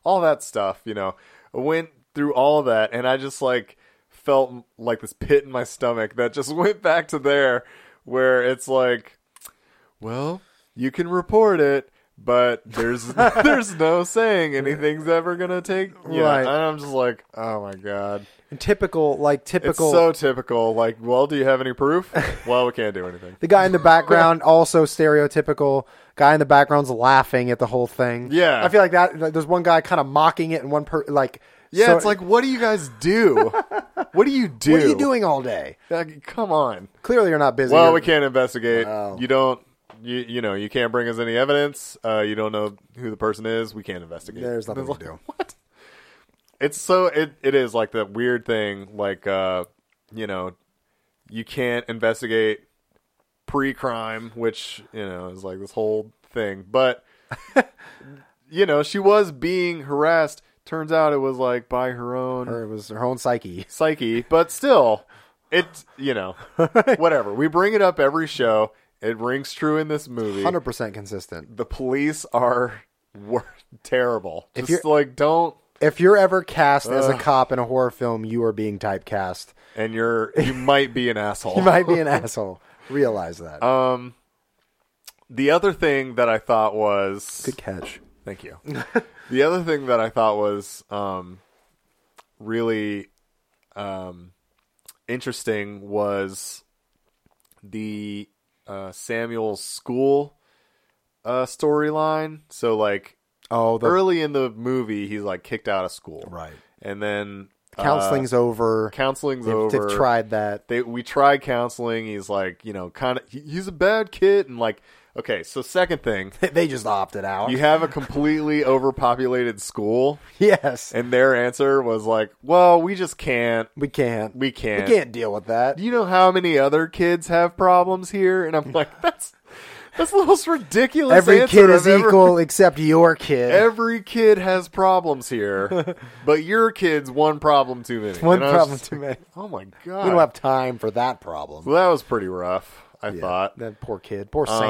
Speaker 1: all that stuff, you know. I went through all of that and I just like felt like this pit in my stomach that just went back to there where it's like well, you can report it but there's there's no saying anything's ever gonna take yeah
Speaker 2: Right.
Speaker 1: and i'm just like oh my god
Speaker 2: Typical, like
Speaker 1: it's
Speaker 2: typical.
Speaker 1: so typical like well do you have any proof well we can't do anything
Speaker 2: the guy in the background also stereotypical. Guy in the background's laughing at the whole thing.
Speaker 1: Yeah.
Speaker 2: I feel like that. Like, there's one guy kind of mocking it, and one per like.
Speaker 1: yeah
Speaker 2: so-
Speaker 1: it's like what do you guys do what do you do
Speaker 2: what are you doing all day?
Speaker 1: Like, come on.
Speaker 2: Clearly, you're not busy.
Speaker 1: Well,
Speaker 2: You're-
Speaker 1: we can't investigate.
Speaker 2: Wow.
Speaker 1: You don't. You you know you can't bring us any evidence. Uh, you don't know who the person is. We can't investigate.
Speaker 2: There's nothing
Speaker 1: It's
Speaker 2: to
Speaker 1: like,
Speaker 2: do.
Speaker 1: What? It's so it it is like that weird thing. Like uh, you know, you can't investigate pre-crime, which you know is like this whole thing. But you know, she was being harassed. Turns out it was like by her own
Speaker 2: Or it was her own psyche.
Speaker 1: psyche, but still, it's you know, whatever. We bring it up every show. It rings true in this movie.
Speaker 2: 100% consistent.
Speaker 1: The police are were terrible.
Speaker 2: If
Speaker 1: Just like don't.
Speaker 2: If you're ever cast as a cop in a horror film, you are being typecast.
Speaker 1: And you're you might be an asshole.
Speaker 2: You might be an asshole. Realize that.
Speaker 1: Um, the other thing that I thought was
Speaker 2: Good catch.
Speaker 1: Thank you. the other thing that I thought was um, really um, interesting was the uh, Samuel's school uh, storyline. So, like,
Speaker 2: Oh, the
Speaker 1: early in the movie, he's like kicked out of school,
Speaker 2: Right.
Speaker 1: And then uh,
Speaker 2: counseling's over.
Speaker 1: counseling's
Speaker 2: They've-
Speaker 1: over.
Speaker 2: They've tried that.
Speaker 1: They we tried counseling. He's like, you know, kind of. He's a bad kid, and like, okay. So, second thing.
Speaker 2: They just opted out.
Speaker 1: You have a completely overpopulated school,
Speaker 2: Yes.
Speaker 1: and their answer was like, "Well, we just can't.
Speaker 2: We can't.
Speaker 1: We
Speaker 2: We
Speaker 1: can't.
Speaker 2: can't deal with that.
Speaker 1: Do you know how many other kids have problems here?" And I'm like, "That's that's the most ridiculous."
Speaker 2: Every
Speaker 1: answer
Speaker 2: kid
Speaker 1: I've
Speaker 2: is
Speaker 1: ever-
Speaker 2: equal except your kid.
Speaker 1: Every kid has problems here, but your kid's one problem too many.
Speaker 2: One
Speaker 1: And I was
Speaker 2: problem
Speaker 1: just
Speaker 2: too
Speaker 1: like,
Speaker 2: many.
Speaker 1: Oh my god!
Speaker 2: We don't have time for that problem.
Speaker 1: well, that was pretty rough. I thought.
Speaker 2: That poor kid. Poor
Speaker 1: Um,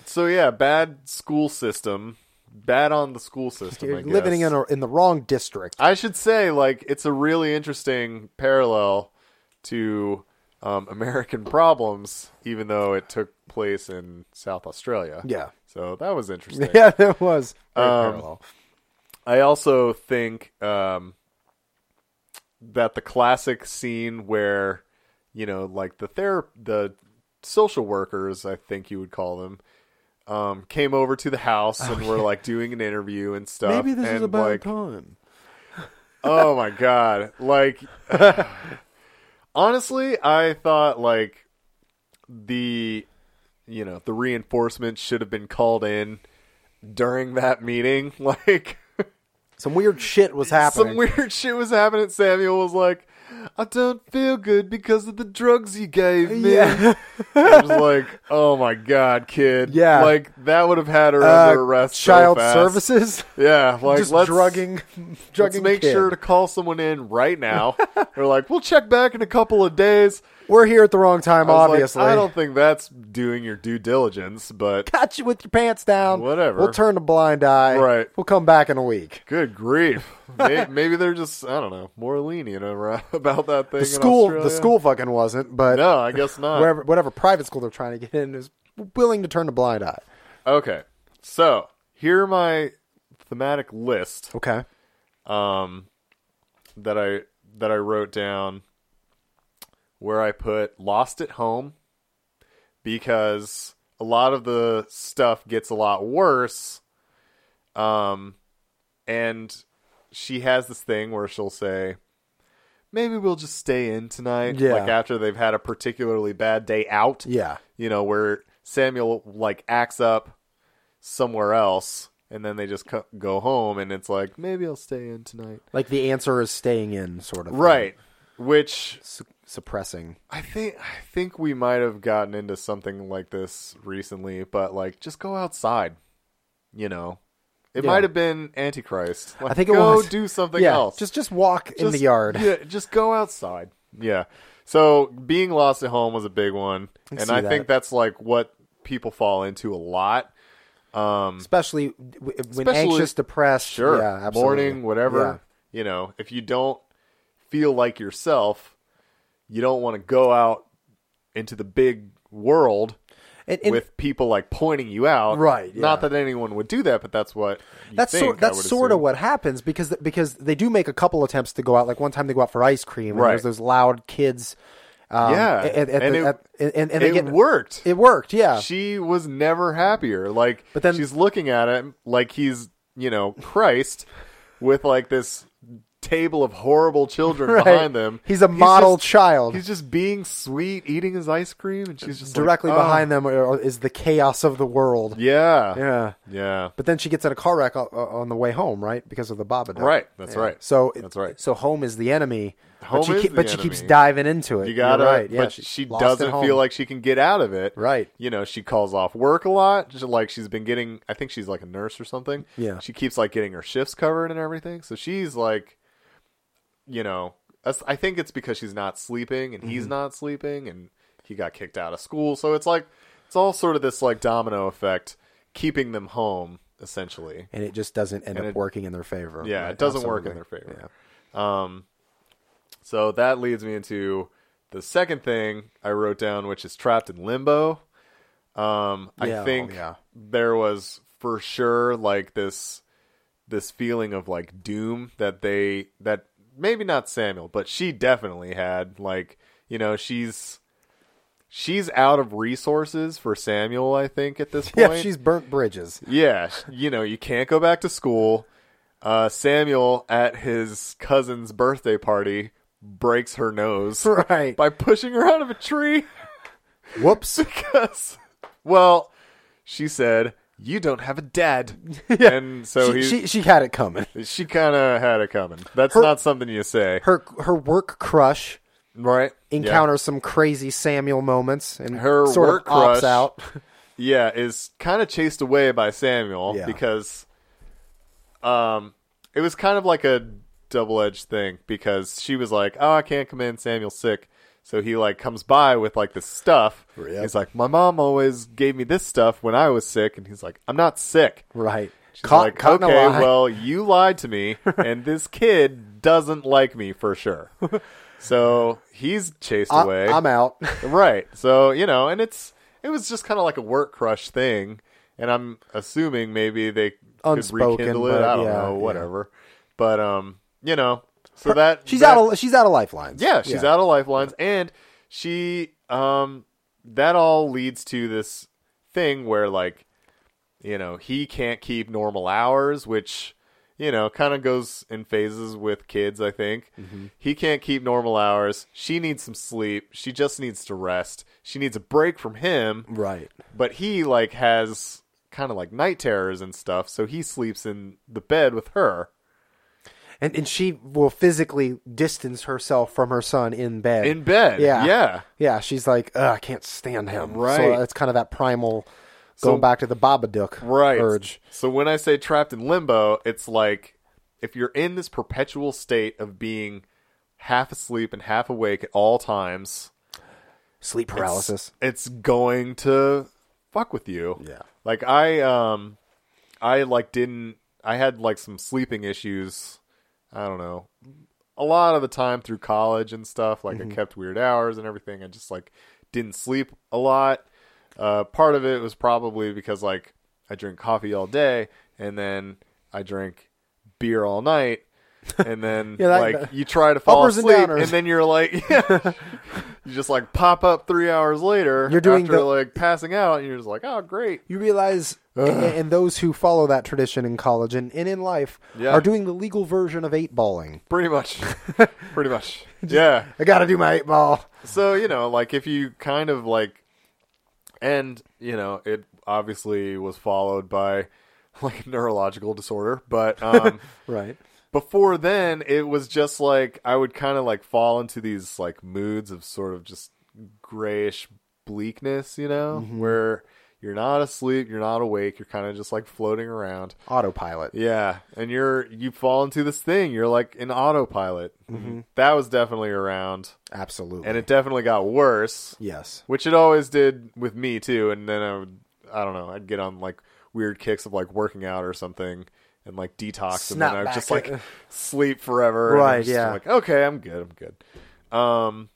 Speaker 2: Sam.
Speaker 1: so yeah, bad school system. Bad on the school system. I
Speaker 2: You're
Speaker 1: guess.
Speaker 2: living in, a, in the wrong district.
Speaker 1: I should say, like, it's a really interesting parallel to um, American Problems, even though it took place in South Australia.
Speaker 2: Yeah.
Speaker 1: So that was interesting.
Speaker 2: Yeah, that was very
Speaker 1: Um,
Speaker 2: parallel.
Speaker 1: I also think um, that the classic scene where, you know, like the ther- the social workers, I think you would call them, um, came over to the house and were like doing an interview and stuff. and, like,
Speaker 2: time.
Speaker 1: oh my god like honestly i thought like the you know the reinforcement should have been called in during that meeting like
Speaker 2: Some weird shit was happening.
Speaker 1: some weird shit was happening samuel was like i don't feel good because of the drugs you gave me
Speaker 2: yeah.
Speaker 1: i was like oh my god kid
Speaker 2: Yeah.
Speaker 1: like that would have had her
Speaker 2: Uh,
Speaker 1: under arrest so
Speaker 2: child
Speaker 1: fast.
Speaker 2: services.
Speaker 1: yeah like
Speaker 2: Just
Speaker 1: let's
Speaker 2: drugging,
Speaker 1: Let's
Speaker 2: drugging.
Speaker 1: make
Speaker 2: kid.
Speaker 1: sure to call someone in right now. They're like, we'll check back in a couple of days.
Speaker 2: We're here at the wrong time,
Speaker 1: I was like,
Speaker 2: obviously.
Speaker 1: I don't think that's doing your due diligence, but
Speaker 2: Got you with your pants down.
Speaker 1: Whatever.
Speaker 2: We'll turn a blind eye.
Speaker 1: Right.
Speaker 2: We'll come back in a week.
Speaker 1: good grief. Maybe, maybe they're just, I don't know, more lenient over- about that thing.
Speaker 2: The
Speaker 1: in
Speaker 2: school, the
Speaker 1: Australia.
Speaker 2: school fucking wasn't, but
Speaker 1: No, I guess not.
Speaker 2: wherever, whatever private school they're trying to get in is willing to turn a blind eye.
Speaker 1: Okay. So here are my thematic list
Speaker 2: Okay.
Speaker 1: um, that I that I wrote down where I put Lost at Home because a lot of the stuff gets a lot worse. Um, and she has this thing where she'll say, "Maybe we'll just stay in tonight."
Speaker 2: Yeah.
Speaker 1: Like after they've had a particularly bad day out
Speaker 2: Yeah.
Speaker 1: you know, where Samuel like acts up somewhere else, and then they just co- go home, and it's like maybe I'll stay in tonight,
Speaker 2: Like the answer is staying in, sort of. thing.
Speaker 1: right? Which
Speaker 2: Su- suppressing.
Speaker 1: I think I think we might have gotten into something like this recently, but like just go outside, you know. It
Speaker 2: Yeah.
Speaker 1: might have been Antichrist. Like,
Speaker 2: I think it
Speaker 1: go
Speaker 2: was.
Speaker 1: do something
Speaker 2: yeah.
Speaker 1: else.
Speaker 2: Just just walk in the
Speaker 1: Just-
Speaker 2: yard.
Speaker 1: Yeah, just go outside. Yeah. So being lost at home was a big one,
Speaker 2: I
Speaker 1: and
Speaker 2: see
Speaker 1: I
Speaker 2: that.
Speaker 1: think that's like what people fall into a lot.
Speaker 2: especially w- when
Speaker 1: Especially-
Speaker 2: anxious, depressed.
Speaker 1: Sure.
Speaker 2: Yeah, absolutely.
Speaker 1: Morning, whatever. You know, if you don't feel like yourself, you don't want to go out into the big world
Speaker 2: Yeah. And, and
Speaker 1: with people like pointing you out.
Speaker 2: Right,
Speaker 1: Not
Speaker 2: yeah.
Speaker 1: that anyone would do that, but that's what you
Speaker 2: that's
Speaker 1: think,
Speaker 2: sort
Speaker 1: I
Speaker 2: that's
Speaker 1: would
Speaker 2: sort of
Speaker 1: assume.
Speaker 2: what happens because th- because they do make a couple attempts to go out. Like one time they go out for ice cream. And
Speaker 1: Right.
Speaker 2: There's those loud kids. Um,
Speaker 1: Yeah.
Speaker 2: At, at
Speaker 1: And
Speaker 2: the,
Speaker 1: it-
Speaker 2: at, and, and, and they
Speaker 1: it
Speaker 2: get
Speaker 1: worked.
Speaker 2: it worked. Yeah.
Speaker 1: she was never happier. Like,
Speaker 2: But then-
Speaker 1: she's looking at him like he's you know Christ with like this table of horrible children
Speaker 2: Right.
Speaker 1: behind them.
Speaker 2: He's a model
Speaker 1: just-
Speaker 2: child.
Speaker 1: He's just being sweet, eating his ice cream, and she's just like,
Speaker 2: Directly
Speaker 1: "Oh."
Speaker 2: behind them are- is the chaos of the world.
Speaker 1: Yeah, yeah,
Speaker 2: Yeah. But then she gets in a car wreck o- o- on the way home, right? Because of the Babadook.
Speaker 1: Right, that's right.
Speaker 2: So
Speaker 1: That's right.
Speaker 2: So home is the enemy.
Speaker 1: Home
Speaker 2: but she,
Speaker 1: is
Speaker 2: ke-
Speaker 1: the
Speaker 2: but she keeps
Speaker 1: enemy.
Speaker 2: diving into it.
Speaker 1: You
Speaker 2: You're
Speaker 1: gotta,
Speaker 2: right. Yeah,
Speaker 1: but she
Speaker 2: lost at
Speaker 1: doesn't
Speaker 2: home.
Speaker 1: feel like she can get out of it.
Speaker 2: Right.
Speaker 1: You know, she calls off work a lot. Just like she's been getting, I think she's like a nurse or something.
Speaker 2: Yeah.
Speaker 1: She keeps like getting her shifts covered and everything. So she's like, you know, that's, I think it's because she's not sleeping and
Speaker 2: Mm-hmm.
Speaker 1: he's not sleeping and he got kicked out of school. So it's like, it's all sort of this like domino effect, keeping them home essentially.
Speaker 2: and it just doesn't end
Speaker 1: And
Speaker 2: up
Speaker 1: it-
Speaker 2: working in their favor.
Speaker 1: Yeah,
Speaker 2: Right,
Speaker 1: it doesn't work in their
Speaker 2: absolutely.
Speaker 1: favor. Um, so that leads me into the second thing I wrote down, which is trapped in limbo. Um,
Speaker 2: Yeah, Oh,
Speaker 1: I think
Speaker 2: yeah.
Speaker 1: there was for sure like this this feeling of like doom that they that maybe not Samuel, but she definitely had. Like you know, she's she's out of resources for Samuel. I think at this
Speaker 2: Yeah.
Speaker 1: point,
Speaker 2: yeah, she's burnt bridges.
Speaker 1: yeah, sh- you know, you can't go back to school. Uh, Samuel at his cousin's birthday party breaks her nose
Speaker 2: Right.
Speaker 1: by pushing her out of a tree
Speaker 2: Whoops.
Speaker 1: because, well, she said, "You don't have a dad," and so
Speaker 2: she,
Speaker 1: he
Speaker 2: she she had it coming.
Speaker 1: she, kind of had it coming. That's not something you say,
Speaker 2: Her her work crush
Speaker 1: right? Yeah.
Speaker 2: encounters some crazy Samuel moments and
Speaker 1: Her
Speaker 2: sort
Speaker 1: work
Speaker 2: of opts
Speaker 1: crush-
Speaker 2: out.
Speaker 1: yeah, is kind of chased away by Samuel
Speaker 2: Yeah.
Speaker 1: because um it was kind of like a double-edged thing because she was like, "Oh, I can't come in, Samuel's sick." So he like comes by with like this stuff.
Speaker 2: Yep.
Speaker 1: He's like, "My mom always gave me this stuff when I was sick." And he's like, "I'm not sick."
Speaker 2: Right.
Speaker 1: She's
Speaker 2: Caught-
Speaker 1: like,
Speaker 2: caught in a
Speaker 1: "Okay,
Speaker 2: lie.
Speaker 1: well, you lied to me and this kid doesn't like me for sure." so, he's chased
Speaker 2: I-
Speaker 1: away
Speaker 2: "Uh, I'm out.
Speaker 1: right. So you know, and it's it was just kind of like a work crush thing, and I'm assuming maybe they
Speaker 2: Unspoken,
Speaker 1: could rekindle it.
Speaker 2: but
Speaker 1: I don't
Speaker 2: yeah,
Speaker 1: know,
Speaker 2: yeah.
Speaker 1: whatever. But um, you know, so that
Speaker 2: She's
Speaker 1: that,
Speaker 2: out of she's out of lifelines.
Speaker 1: yeah, she's out of lifelines, and she um that all leads to this thing where like you know he can't keep normal hours, which you know kind of goes in phases with kids. I think he can't keep normal hours. She needs some sleep. She just needs to rest. She needs a break from him
Speaker 2: Right.
Speaker 1: but he like has kind of like night terrors and stuff so he sleeps in the bed with her
Speaker 2: And and she will physically distance herself from her son in bed.
Speaker 1: in bed
Speaker 2: Yeah.
Speaker 1: yeah
Speaker 2: yeah, she's like, Ugh, I can't stand him.
Speaker 1: Right.
Speaker 2: So it's kind of that primal going back to the Babadook
Speaker 1: right.
Speaker 2: urge.
Speaker 1: So when I say trapped in limbo, it's like if you're in this perpetual state of being half asleep and half awake at all times,
Speaker 2: Sleep paralysis.
Speaker 1: it's going to fuck with you.
Speaker 2: Yeah.
Speaker 1: Like I um I like didn't I had like some sleeping issues, I don't know. A lot of the time through college and stuff,
Speaker 2: Mm-hmm.
Speaker 1: like I kept weird hours and everything. I just like didn't sleep a lot. Uh part of it was probably because like I drink coffee all day and then I drink beer all night. And then
Speaker 2: Yeah, that-
Speaker 1: like you try to fall
Speaker 2: Uppers and
Speaker 1: asleep
Speaker 2: downers.
Speaker 1: and then you're like yeah, you just like pop up three hours later.
Speaker 2: You're doing
Speaker 1: after,
Speaker 2: the-
Speaker 1: like passing out, and you're just like, oh, great.
Speaker 2: you realize and, and those who follow that tradition in college and, and in life
Speaker 1: Yeah.
Speaker 2: are doing the legal version of eight balling.
Speaker 1: Pretty much, pretty much. yeah.
Speaker 2: I gotta do my eight ball.
Speaker 1: So you know, like if you kind of like, and you know, it obviously was followed by like neurological disorder, but um,
Speaker 2: Right.
Speaker 1: before then it was just like i would kind of like fall into these like moods of sort of just grayish bleakness you know where you're not asleep you're not awake you're kind of just like floating around
Speaker 2: Autopilot.
Speaker 1: yeah and you're you fall into this thing you're like an autopilot
Speaker 2: Mm-hmm.
Speaker 1: that was definitely around
Speaker 2: Absolutely.
Speaker 1: and it definitely got worse
Speaker 2: yes.
Speaker 1: which it always did with me too and then i would i don't know i'd get on like weird kicks of like working out or something and like detox
Speaker 2: Snap
Speaker 1: and then i'd
Speaker 2: back.
Speaker 1: just like sleep forever and I'm
Speaker 2: Right,
Speaker 1: just
Speaker 2: yeah.
Speaker 1: like okay i'm good i'm good um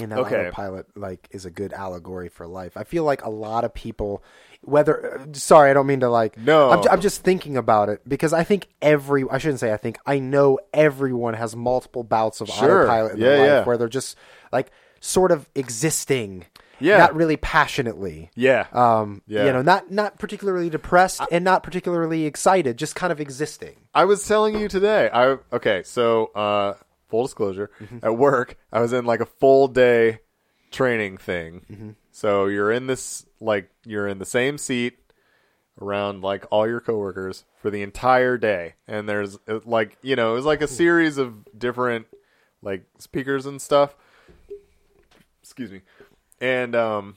Speaker 2: And that
Speaker 1: Okay.
Speaker 2: autopilot like is a good allegory for life. I feel like a lot of people, whether uh, sorry, I don't mean to like.
Speaker 1: No.
Speaker 2: I'm, I'm just thinking about it because I think every I shouldn't say I think I know everyone has multiple bouts of
Speaker 1: Sure.
Speaker 2: autopilot in
Speaker 1: Yeah,
Speaker 2: their life
Speaker 1: yeah.
Speaker 2: where they're just like sort of existing
Speaker 1: Yeah.
Speaker 2: not really passionately.
Speaker 1: Yeah.
Speaker 2: Um,
Speaker 1: Yeah.
Speaker 2: you know, not not particularly depressed and not particularly excited, just kind of existing.
Speaker 1: I was telling you today. I okay. So uh, full disclosure, at work, I was in like a full day training thing. So you're in this like you're in the same seat around like all your coworkers for the entire day, and there's uh, like you know it was like a series of different like speakers and stuff. Excuse me, and um,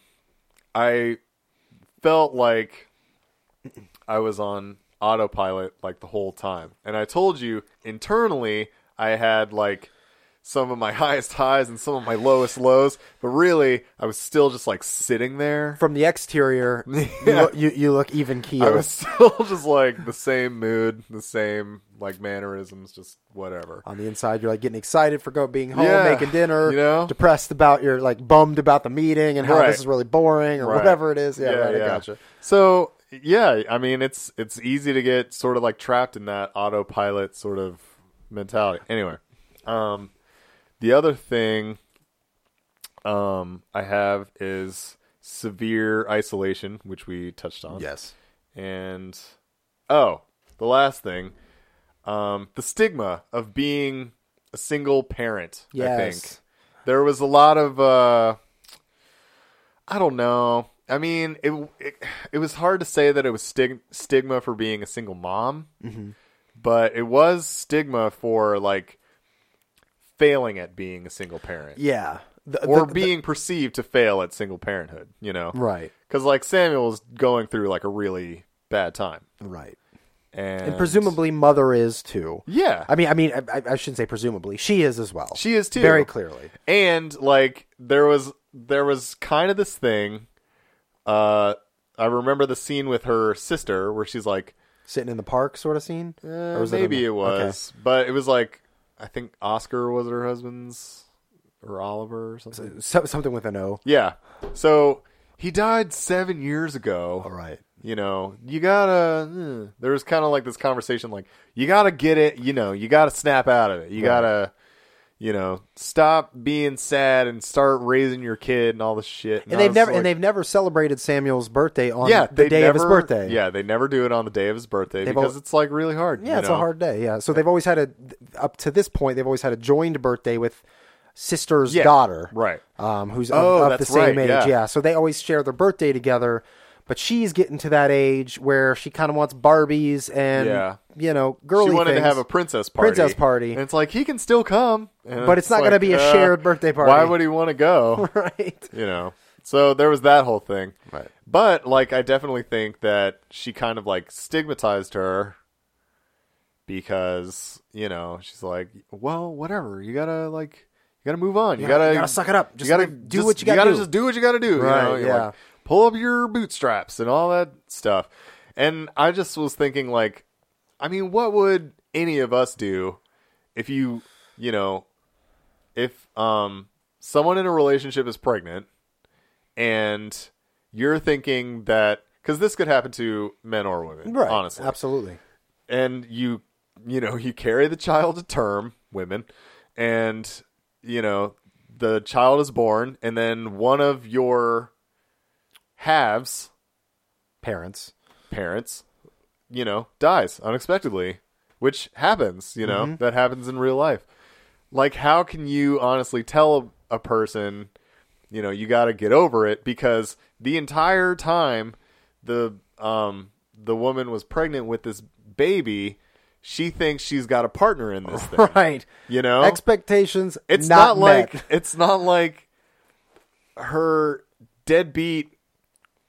Speaker 1: I felt like I was on autopilot like the whole time. And I told you internally I had like some of my highest highs and some of my lowest lows, but really I was still just like sitting there.
Speaker 2: From the exterior, you,
Speaker 1: Yeah.
Speaker 2: look, you you look even
Speaker 1: I
Speaker 2: keeled.
Speaker 1: was still just like the same mood, the same like mannerisms, just whatever.
Speaker 2: on the inside, you're like getting excited for go being home,
Speaker 1: Yeah,
Speaker 2: making dinner,
Speaker 1: you know?
Speaker 2: depressed about you're like bummed about the meeting and how
Speaker 1: Right.
Speaker 2: this is really boring or
Speaker 1: Right.
Speaker 2: whatever it is. Yeah, right, I gotcha.
Speaker 1: So yeah, I mean it's it's easy to get sort of like trapped in that autopilot sort of mentality. Anyway, um, the other thing um, I have is severe isolation, which we touched on.
Speaker 2: Yes.
Speaker 1: And oh, the last thing, um, the stigma of being a single parent. I think
Speaker 2: Yes.
Speaker 1: there was a lot of uh, I don't know. I mean, it it, it was hard to say that it was stig- stigma for being a single mom,
Speaker 2: Mm-hmm.
Speaker 1: but it was stigma for like failing at being a single parent
Speaker 2: Yeah. The-
Speaker 1: or
Speaker 2: the-
Speaker 1: being perceived to fail at single parenthood. You know,
Speaker 2: right,
Speaker 1: because like Samuel's going through like a really bad time,
Speaker 2: right,
Speaker 1: and,
Speaker 2: and presumably mother is too.
Speaker 1: yeah,
Speaker 2: I mean, I mean, I, I shouldn't say presumably. She is as well.
Speaker 1: she is too.
Speaker 2: very clearly.
Speaker 1: and like there was there was kind of this thing. Uh, I remember the scene with her sister where she's like,
Speaker 2: sitting in the park sort of scene?
Speaker 1: eh,
Speaker 2: was it in
Speaker 1: maybe
Speaker 2: the-
Speaker 1: it was, but it was like I think Oscar was her husband's or Oliver or something.
Speaker 2: So, something with an O.
Speaker 1: Yeah, so he died seven years ago.
Speaker 2: right.
Speaker 1: you know, you gotta. mm. There was kind of like this conversation, like you gotta get it. You know, you gotta snap out of it. You gotta, you know, stop being sad and start raising your kid and all this shit.
Speaker 2: And
Speaker 1: I
Speaker 2: they've
Speaker 1: was
Speaker 2: never
Speaker 1: like-
Speaker 2: and they've never celebrated Samuel's birthday on
Speaker 1: yeah,
Speaker 2: the
Speaker 1: they
Speaker 2: day of his
Speaker 1: never-
Speaker 2: birthday.
Speaker 1: Yeah, they never do it on the day of his birthday
Speaker 2: They've
Speaker 1: because
Speaker 2: al-
Speaker 1: it's like really hard.
Speaker 2: Yeah,
Speaker 1: you
Speaker 2: it's
Speaker 1: know?
Speaker 2: a hard day. Yeah. So they've always had a up to this point they've always had a joined birthday with sister's
Speaker 1: Yeah,
Speaker 2: daughter.
Speaker 1: right.
Speaker 2: Um who's
Speaker 1: Oh,
Speaker 2: of, of the
Speaker 1: that's
Speaker 2: same
Speaker 1: right,
Speaker 2: age.
Speaker 1: yeah.
Speaker 2: So they always share their birthday together. But she's getting to that age where she kind of wants Barbies and
Speaker 1: Yeah.
Speaker 2: you know
Speaker 1: She
Speaker 2: girly
Speaker 1: wanted to
Speaker 2: things.
Speaker 1: have a princess party.
Speaker 2: Princess party.
Speaker 1: And it's like he can still come, And
Speaker 2: But it's not gonna
Speaker 1: like,
Speaker 2: be a
Speaker 1: uh,
Speaker 2: shared birthday party.
Speaker 1: Why would he want to go?
Speaker 2: right.
Speaker 1: you know. So there was that whole thing.
Speaker 2: Right.
Speaker 1: But like I definitely think that she kind of like stigmatized her because, you know, she's like, well, whatever. You got to like you got to move on. You, got
Speaker 2: gotta-
Speaker 1: to
Speaker 2: you gotta suck it up. Just
Speaker 1: you got to
Speaker 2: live- do what you gotta do.
Speaker 1: just do what you got to do,
Speaker 2: Right,
Speaker 1: you know. You're
Speaker 2: yeah.
Speaker 1: like, pull up your bootstraps and all that stuff. And I just was thinking like I mean, what would any of us do if you, you know, if um someone in a relationship is pregnant and you're thinking that cuz this could happen to men or women,
Speaker 2: Right.
Speaker 1: honestly.
Speaker 2: Absolutely.
Speaker 1: And you, you know, you carry the child to term, women, and you know, the child is born and then one of your halves
Speaker 2: Parents.
Speaker 1: parents, you know, dies unexpectedly, which happens, you know, that happens in real life. Like, how can you honestly tell a, a person, you know, you got to get over it because the entire time the, um, the woman was pregnant with this baby, she thinks she's got a partner in this thing,
Speaker 2: Right.
Speaker 1: you know?
Speaker 2: Expectations.
Speaker 1: it's
Speaker 2: not,
Speaker 1: not, like
Speaker 2: met.
Speaker 1: it's not like her deadbeat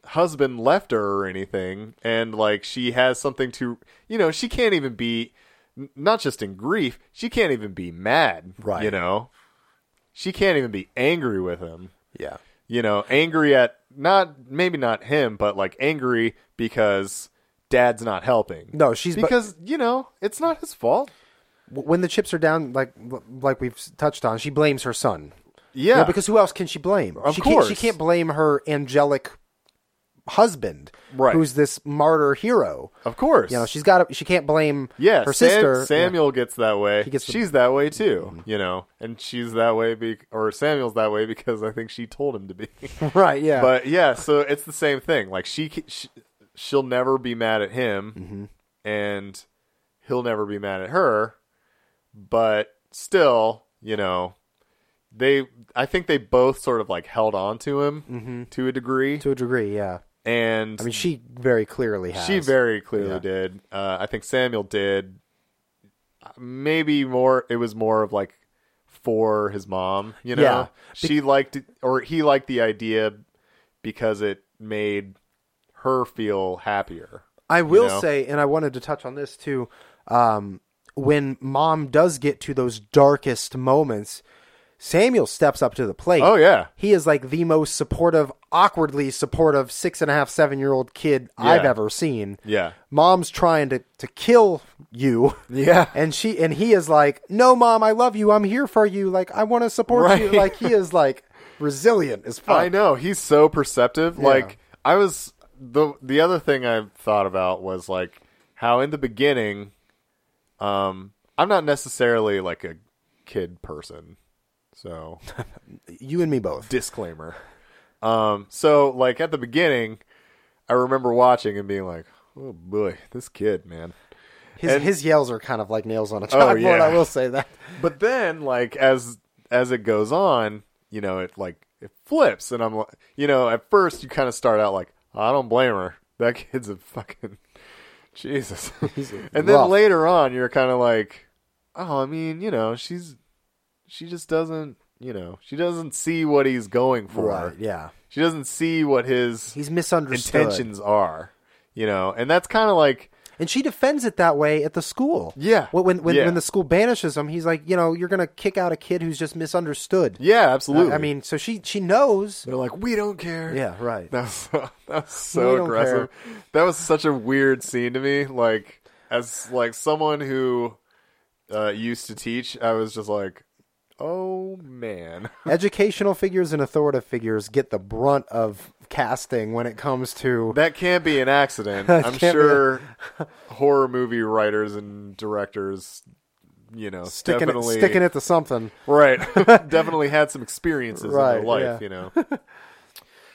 Speaker 1: husband left her or anything and like she has something to you know she can't even be n- not just in grief she can't even be mad
Speaker 2: Right.
Speaker 1: you know she can't even be angry with him
Speaker 2: Yeah.
Speaker 1: you know angry at not maybe not him but like angry because dad's not helping
Speaker 2: No, she's but-
Speaker 1: because you know it's not his fault
Speaker 2: w- when the chips are down, like like we've touched on, she blames her son. You
Speaker 1: yeah
Speaker 2: know, because who else can she blame?
Speaker 1: Of
Speaker 2: she Can't, she
Speaker 1: course.
Speaker 2: can't blame her angelic husband,
Speaker 1: Right.
Speaker 2: who's this martyr hero.
Speaker 1: Of course.
Speaker 2: You know, she's got to, she can't blame
Speaker 1: yeah,
Speaker 2: her
Speaker 1: Sam-
Speaker 2: sister.
Speaker 1: Samuel gets that way.
Speaker 2: gets the- Mm-hmm.
Speaker 1: she's that way too, you know, and she's that way, be- or Samuel's that way because I think she told him to be.
Speaker 2: right, yeah.
Speaker 1: But yeah, so it's the same thing. Like she, ca- she she'll never be mad at him,
Speaker 2: Mm-hmm.
Speaker 1: and he'll never be mad at her. But still, you know, they. I think they both sort of like held on to him to a degree,
Speaker 2: Mm-hmm. to a degree, yeah.
Speaker 1: and
Speaker 2: I mean, she very clearly has.
Speaker 1: she very clearly
Speaker 2: Yeah.
Speaker 1: did. Uh, I think Samuel did. Maybe more. It was more of like for his mom. You know,
Speaker 2: Yeah.
Speaker 1: she liked it, or he liked the idea because it made her feel happier.
Speaker 2: I will
Speaker 1: know?
Speaker 2: say, and I wanted to touch on this too. Um, when mom does get to those darkest moments, Samuel steps up to the plate.
Speaker 1: Oh yeah,
Speaker 2: He is like the most supportive, awkwardly supportive six and a half, seven year old kid I've
Speaker 1: Yeah.
Speaker 2: ever seen.
Speaker 1: yeah,
Speaker 2: Mom's trying to, to kill you.
Speaker 1: yeah.
Speaker 2: And she and he is like, No mom, I love you. I'm here for you. Like I want to support you.
Speaker 1: Right.
Speaker 2: Like he is like resilient as fuck.
Speaker 1: I know he's so perceptive. Like I was the the other thing I thought about was like how in the beginning, um, I'm not necessarily like a kid person, so
Speaker 2: You and me both.
Speaker 1: disclaimer. Um, so like at the beginning, I remember watching and being like, "Oh boy, this kid, man."
Speaker 2: His
Speaker 1: And- Oh,
Speaker 2: his yells are kind of like nails on a chalkboard,
Speaker 1: yeah.
Speaker 2: I will say that.
Speaker 1: But then like as as it goes on, you know, it like it flips, and I'm like, you know, at first you kind of start out like, "I don't blame her. That kid's a fucking Jesus." and then
Speaker 2: rough.
Speaker 1: later on, you're kind of like, "Oh, I mean, you know, she's she just doesn't." You know, she doesn't see what he's going for.
Speaker 2: Right, yeah.
Speaker 1: She doesn't see what his
Speaker 2: He's misunderstood.
Speaker 1: intentions are, you know, and that's kind of like,
Speaker 2: And she defends it that way at the school.
Speaker 1: Yeah.
Speaker 2: When when when,
Speaker 1: Yeah.
Speaker 2: when the school banishes him, he's like, you know, you're gonna kick out a kid who's just misunderstood.
Speaker 1: yeah, absolutely.
Speaker 2: I mean, so she she knows.
Speaker 1: they're like, we don't care.
Speaker 2: Yeah, right.
Speaker 1: That was so, that was
Speaker 2: We
Speaker 1: so
Speaker 2: don't
Speaker 1: aggressive. That was such a weird scene to me. Like, as like someone who uh, used to teach, I was just like, oh man,
Speaker 2: Educational figures and authoritative figures get the brunt of casting when it comes to
Speaker 1: that can't be an accident.
Speaker 2: That
Speaker 1: I'm
Speaker 2: can't be
Speaker 1: sure horror movie writers and directors, you know,
Speaker 2: sticking it,
Speaker 1: definitely
Speaker 2: sticking it to something.
Speaker 1: Right. Definitely had some experiences in
Speaker 2: Right,
Speaker 1: their life,
Speaker 2: yeah.
Speaker 1: you know.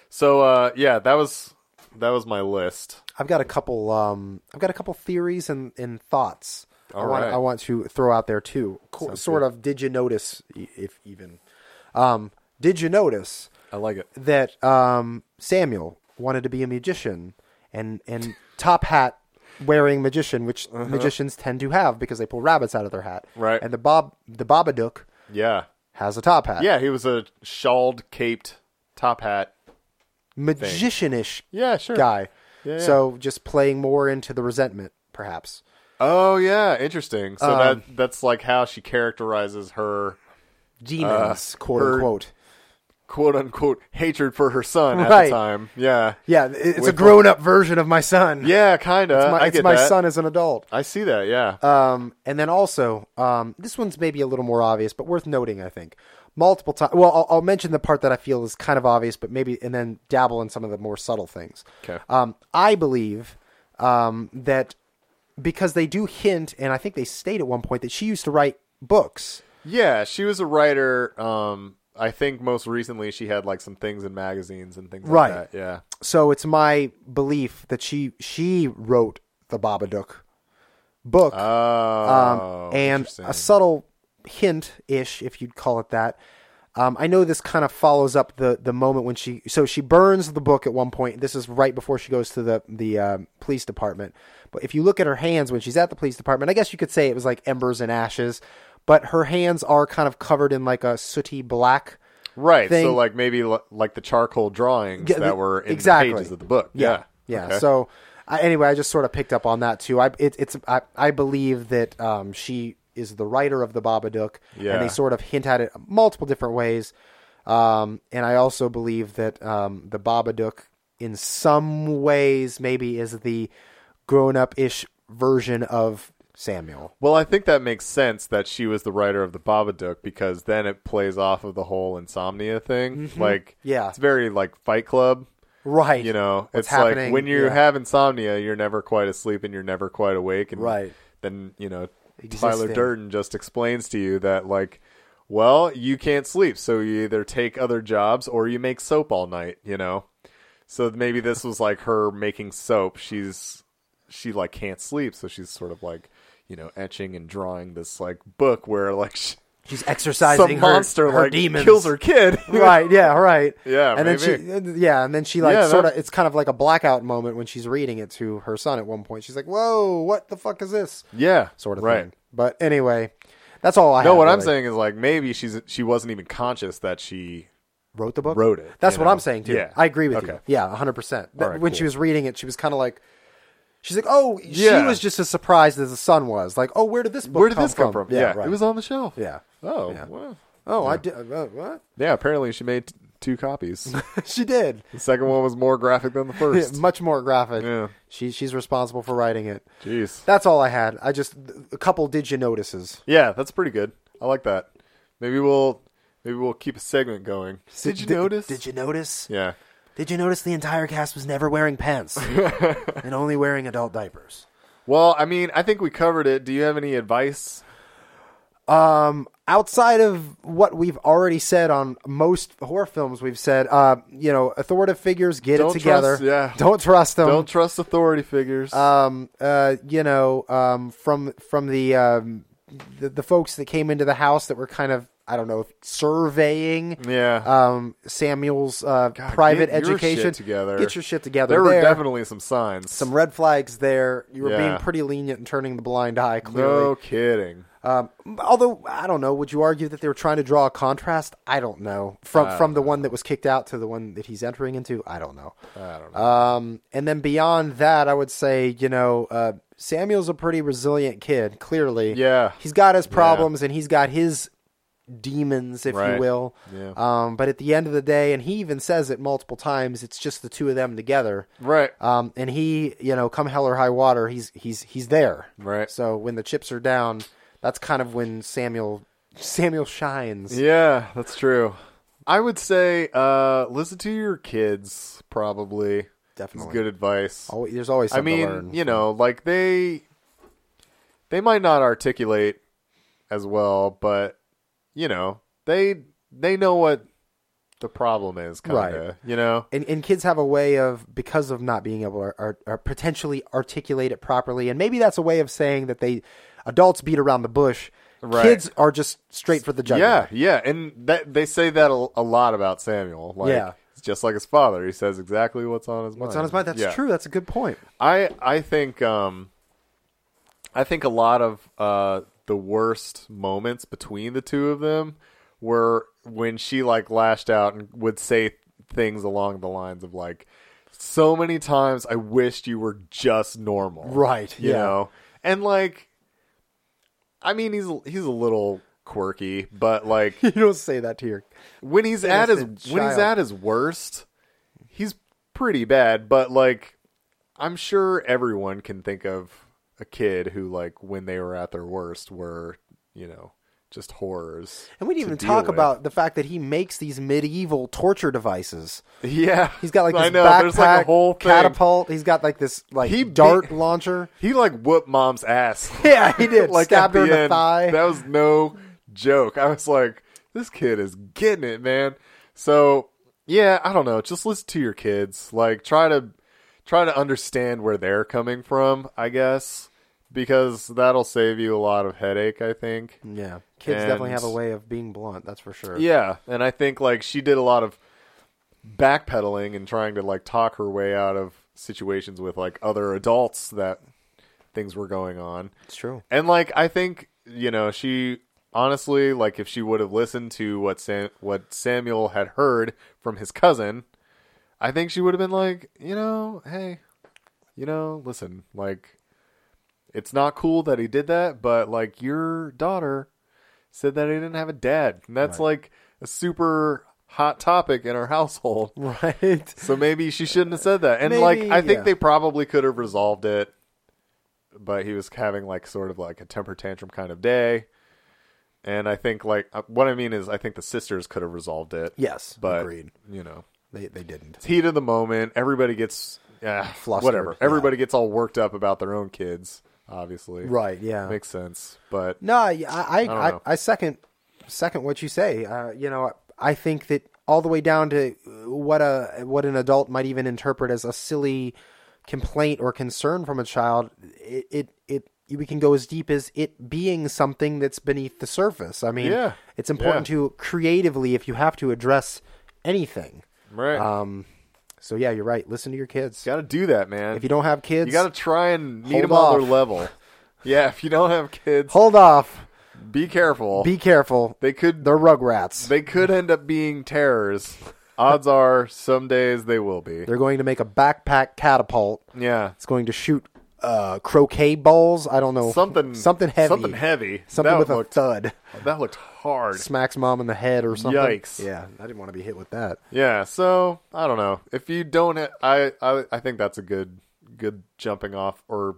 Speaker 1: so uh yeah, that was that was my list.
Speaker 2: I've got a couple. Um, I've got a couple theories and, and thoughts. I
Speaker 1: All
Speaker 2: want,
Speaker 1: right.
Speaker 2: I want to throw out there too. Co- sort of. Did you notice, i- if even, um, did you notice
Speaker 1: I like it.
Speaker 2: that um, Samuel wanted to be a magician and and top hat wearing magician, which magicians tend to have because they pull rabbits out of their hat.
Speaker 1: Uh-huh. Right.
Speaker 2: And the Bob the Babadook
Speaker 1: Yeah.
Speaker 2: has a top hat.
Speaker 1: Yeah, he was a shawled, caped top hat.
Speaker 2: Magicianish
Speaker 1: Yeah, sure.
Speaker 2: guy.
Speaker 1: Yeah, yeah.
Speaker 2: So just playing more into the resentment, perhaps.
Speaker 1: Oh yeah, interesting. So
Speaker 2: Um,
Speaker 1: that that's like how she characterizes her
Speaker 2: Demons, quote
Speaker 1: her-
Speaker 2: unquote.
Speaker 1: quote unquote hatred for her son at
Speaker 2: Right.
Speaker 1: the time. Yeah.
Speaker 2: Yeah, it- it's a
Speaker 1: With-
Speaker 2: grown up version of my son.
Speaker 1: Yeah, kinda.
Speaker 2: my,
Speaker 1: I
Speaker 2: it's
Speaker 1: get
Speaker 2: my
Speaker 1: that.
Speaker 2: son as an adult.
Speaker 1: I see that, yeah.
Speaker 2: Um, and then also, um, this one's maybe a little more obvious, but worth noting, I think. Multiple times. Well, I'll, I'll mention the part that I feel is kind of obvious, but maybe, and then dabble in some of the more subtle things.
Speaker 1: Okay.
Speaker 2: Um, I believe um, that because they do hint, and I think they state at one point that she used to write books.
Speaker 1: Yeah, she was a writer. Um, I think most recently she had like some things in magazines and things
Speaker 2: Right.
Speaker 1: like that. Yeah.
Speaker 2: so it's my belief that she she wrote the Babadook book,
Speaker 1: Oh,
Speaker 2: um, and
Speaker 1: interesting.
Speaker 2: a subtle hint ish, if you'd call it that. Um, I know this kind of follows up the the moment when she so she burns the book at one point. This is right before she goes to the the um, police department. But if you look at her hands when she's at the police department, I guess you could say it was like embers and ashes. But her hands are kind of covered in like a sooty black.
Speaker 1: right.
Speaker 2: thing-
Speaker 1: So like maybe l- like the charcoal drawings
Speaker 2: Yeah, the-
Speaker 1: that were in
Speaker 2: exactly.
Speaker 1: the pages of the book.
Speaker 2: Yeah,
Speaker 1: Yeah.
Speaker 2: yeah.
Speaker 1: Okay.
Speaker 2: So I, anyway, I just sort of picked up on that too. I it, it's I, I believe that um, she is the writer of the Babadook,
Speaker 1: Yeah.
Speaker 2: and they sort of hint at it multiple different ways. Um, and I also believe that um, the Babadook, in some ways, maybe is the grown-up-ish version of Samuel.
Speaker 1: well, I think that makes sense that she was the writer of the Babadook because then it plays off of the whole insomnia thing. Like
Speaker 2: Yeah.
Speaker 1: it's very like Fight Club.
Speaker 2: Right.
Speaker 1: You know,
Speaker 2: What's
Speaker 1: it's like
Speaker 2: happening,
Speaker 1: when you
Speaker 2: yeah.
Speaker 1: have insomnia, you're never quite asleep and you're never quite awake. And
Speaker 2: Right.
Speaker 1: Then you know, Tyler
Speaker 2: Existing.
Speaker 1: Durden just explains to you that like, well, you can't sleep, so you either take other jobs or you make soap all night. You know, so maybe this was like her making soap. She's she like can't sleep, so she's sort of like you know etching and drawing this like book where like she,
Speaker 2: She's exercising
Speaker 1: some
Speaker 2: her,
Speaker 1: monster
Speaker 2: her
Speaker 1: like
Speaker 2: demons.
Speaker 1: kills her kid.
Speaker 2: right. Yeah. Right.
Speaker 1: Yeah,
Speaker 2: And then she, yeah, and then she like
Speaker 1: Yeah, that-
Speaker 2: sort of. It's kind of like a blackout moment when she's reading it to her son. At one point, she's like, "Whoa, what the fuck is this?"
Speaker 1: yeah,
Speaker 2: Sort of
Speaker 1: right.
Speaker 2: thing. But anyway, that's all I.
Speaker 1: No,
Speaker 2: have,
Speaker 1: what I'm
Speaker 2: really.
Speaker 1: saying is like maybe she's she wasn't even conscious that she
Speaker 2: wrote the book.
Speaker 1: wrote it.
Speaker 2: That's
Speaker 1: you
Speaker 2: what
Speaker 1: know?
Speaker 2: I'm saying too.
Speaker 1: Yeah.
Speaker 2: I agree with
Speaker 1: Okay.
Speaker 2: you. Yeah, 100. percent
Speaker 1: All right,
Speaker 2: When she
Speaker 1: cool.
Speaker 2: was reading it, she was kind of like, she's like, "Oh,
Speaker 1: Yeah.
Speaker 2: she was just as surprised as the son was. Like, oh, where did this book
Speaker 1: Where did this come from? Yeah,
Speaker 2: right.
Speaker 1: it was on the shelf.
Speaker 2: Yeah.
Speaker 1: Oh,
Speaker 2: Yeah.
Speaker 1: well.
Speaker 2: Oh, I did. Uh, what?
Speaker 1: Yeah, apparently she made t- two copies.
Speaker 2: she did.
Speaker 1: the second one was more graphic than the first.
Speaker 2: Much more graphic.
Speaker 1: Yeah.
Speaker 2: She she's responsible for writing it.
Speaker 1: Jeez.
Speaker 2: That's all I had. I just a couple did you notices.
Speaker 1: Yeah, that's pretty good. I like that. Maybe we'll maybe we'll keep a segment going. Did you notice?
Speaker 2: Did you notice?
Speaker 1: Yeah.
Speaker 2: Did you notice the entire cast was never wearing pants and only wearing adult diapers?
Speaker 1: Well, I mean, I think we covered it. Do you have any advice?
Speaker 2: Um, outside of what we've already said on most horror films, we've said, uh, you know, authoritative figures get
Speaker 1: Don't
Speaker 2: it together.
Speaker 1: trust- yeah.
Speaker 2: Don't trust them.
Speaker 1: Don't trust authority figures.
Speaker 2: um, uh, you know, um, from from the, um, the the folks that came into the house that were kind of I don't know if surveying
Speaker 1: yeah.
Speaker 2: um, Samuel's uh, private
Speaker 1: get your
Speaker 2: education
Speaker 1: shit together.
Speaker 2: Get your shit together.
Speaker 1: there were
Speaker 2: there.
Speaker 1: definitely some signs.
Speaker 2: some red flags there. You were
Speaker 1: Yeah.
Speaker 2: being pretty lenient and turning the blind eye. Clearly,
Speaker 1: no kidding.
Speaker 2: um, although I don't know, would you argue that they were trying to draw a contrast? I don't know
Speaker 1: Uh,
Speaker 2: from from the one that was kicked out to the one that he's entering into. I don't know.
Speaker 1: I don't know.
Speaker 2: Um, and then beyond that, I would say you know uh, Samuel's a pretty resilient kid. Clearly,
Speaker 1: Yeah.
Speaker 2: he's got his problems and he's got his demons, if
Speaker 1: Right.
Speaker 2: you will.
Speaker 1: Yeah.
Speaker 2: Um, but at the end of the day, and he even says it multiple times, it's just the two of them together.
Speaker 1: right.
Speaker 2: Um, and he, you know, come hell or high water, he's he's he's there.
Speaker 1: Right.
Speaker 2: So when the chips are down, that's kind of when Samuel Samuel shines.
Speaker 1: Yeah, that's true. I would say uh, listen to your kids. Probably is
Speaker 2: Definitely.
Speaker 1: good advice.
Speaker 2: Always, there's always
Speaker 1: I
Speaker 2: something to
Speaker 1: mean,
Speaker 2: learn.
Speaker 1: you know, like they they might not articulate as well, but you know, they they know what the problem is, kind of.
Speaker 2: Right.
Speaker 1: You know,
Speaker 2: and, and kids have a way of because of not being able to ar- ar- potentially articulate it properly, and maybe that's a way of saying that they adults beat around the bush.
Speaker 1: Right.
Speaker 2: Kids are just straight for the
Speaker 1: yeah,
Speaker 2: jugular.
Speaker 1: yeah, and that they say that a, a lot about Samuel. Like,
Speaker 2: Yeah.
Speaker 1: it's just like his father. He says exactly what's on his mind.
Speaker 2: It's on his mind. That's
Speaker 1: Yeah.
Speaker 2: true. That's a good point.
Speaker 1: I I think um I think a lot of uh the worst moments between the two of them were when she like lashed out and would say things along the lines of like so many times I wished you were just normal.
Speaker 2: Right,
Speaker 1: You
Speaker 2: yeah.
Speaker 1: know. And like I mean he's he's a little quirky, but like
Speaker 2: You don't say that to your
Speaker 1: when he's at his
Speaker 2: innocent
Speaker 1: when he's
Speaker 2: child.
Speaker 1: at his worst, he's pretty bad. But like, I'm sure everyone can think of a kid who, like, when they were at their worst, were you know just horrors.
Speaker 2: And we
Speaker 1: to
Speaker 2: didn't even
Speaker 1: deal
Speaker 2: talk
Speaker 1: with.
Speaker 2: about the fact that he makes these medieval torture devices.
Speaker 1: yeah.
Speaker 2: He's got like this
Speaker 1: I know
Speaker 2: backpack,
Speaker 1: there's like a whole thing.
Speaker 2: catapult. He's got like this like
Speaker 1: He
Speaker 2: dart
Speaker 1: be-
Speaker 2: launcher.
Speaker 1: He like whooped mom's ass.
Speaker 2: Yeah, he did.
Speaker 1: like
Speaker 2: Stabbed
Speaker 1: at
Speaker 2: her in the
Speaker 1: end.
Speaker 2: thigh.
Speaker 1: That was no joke. I was like, this kid is getting it, man. So yeah, I don't know. Just listen to your kids. Like try to try to understand where they're coming from. I guess because that'll save you a lot of headache. I think.
Speaker 2: yeah, kids
Speaker 1: And-
Speaker 2: definitely have a way of being blunt. That's for sure.
Speaker 1: Yeah, and I think like she did a lot of backpedaling and trying to like talk her way out of situations with like other adults that things were going on.
Speaker 2: it's true.
Speaker 1: And like I think you know she honestly like if she would have listened to what Sam- what Samuel had heard from his cousin, I think she would have been like, you know, hey, you know, listen, like it's not cool that he did that, but like your daughter said that he didn't have a dad, and that's like a super hot topic in our household.
Speaker 2: Right.
Speaker 1: So maybe she shouldn't have said that. And like
Speaker 2: Maybe,
Speaker 1: I think
Speaker 2: yeah.
Speaker 1: they probably could have resolved it. But he was having like sort of like a temper tantrum kind of day. And I think like uh, what I mean is I think the sisters could have resolved it.
Speaker 2: Yes.
Speaker 1: But
Speaker 2: agreed.
Speaker 1: you know,
Speaker 2: They they didn't.
Speaker 1: It's heat of the moment. Everybody gets yeah,
Speaker 2: Flustered,
Speaker 1: whatever.
Speaker 2: yeah.
Speaker 1: Everybody gets all worked up about their own kids. Obviously,
Speaker 2: Right. Yeah.
Speaker 1: Makes sense, but
Speaker 2: No, I I
Speaker 1: don't
Speaker 2: I, I,
Speaker 1: know.
Speaker 2: second second what you say. Uh, you know, I think that all the way down to what a what an adult might even interpret as a silly complaint or concern from a child, it it, it we can go as deep as it being something that's beneath the surface. I mean,
Speaker 1: Yeah.
Speaker 2: it's important
Speaker 1: Yeah.
Speaker 2: to creatively if you have to address anything.
Speaker 1: right,
Speaker 2: Um, so yeah, you're right. Listen to your kids.
Speaker 1: got to do that, man.
Speaker 2: If you don't have kids,
Speaker 1: you got to try and meet
Speaker 2: Hold
Speaker 1: them on
Speaker 2: off.
Speaker 1: their level. yeah, if you don't have kids,
Speaker 2: hold off.
Speaker 1: be careful.
Speaker 2: Be careful.
Speaker 1: they could
Speaker 2: They're rugrats.
Speaker 1: they could end up being terrors. Odds are, some days they will be.
Speaker 2: They're going to make a backpack catapult.
Speaker 1: Yeah,
Speaker 2: It's going to shoot uh, croquet balls. I don't know
Speaker 1: something
Speaker 2: something heavy,
Speaker 1: something heavy.
Speaker 2: Something
Speaker 1: that
Speaker 2: with a
Speaker 1: looked
Speaker 2: thud.
Speaker 1: that looked hard.
Speaker 2: Smacks mom in the head or something.
Speaker 1: Yikes.
Speaker 2: Yeah, I didn't want to be hit with that.
Speaker 1: Yeah, so I don't know. If you don't, ha- I, I I think that's a good good jumping off or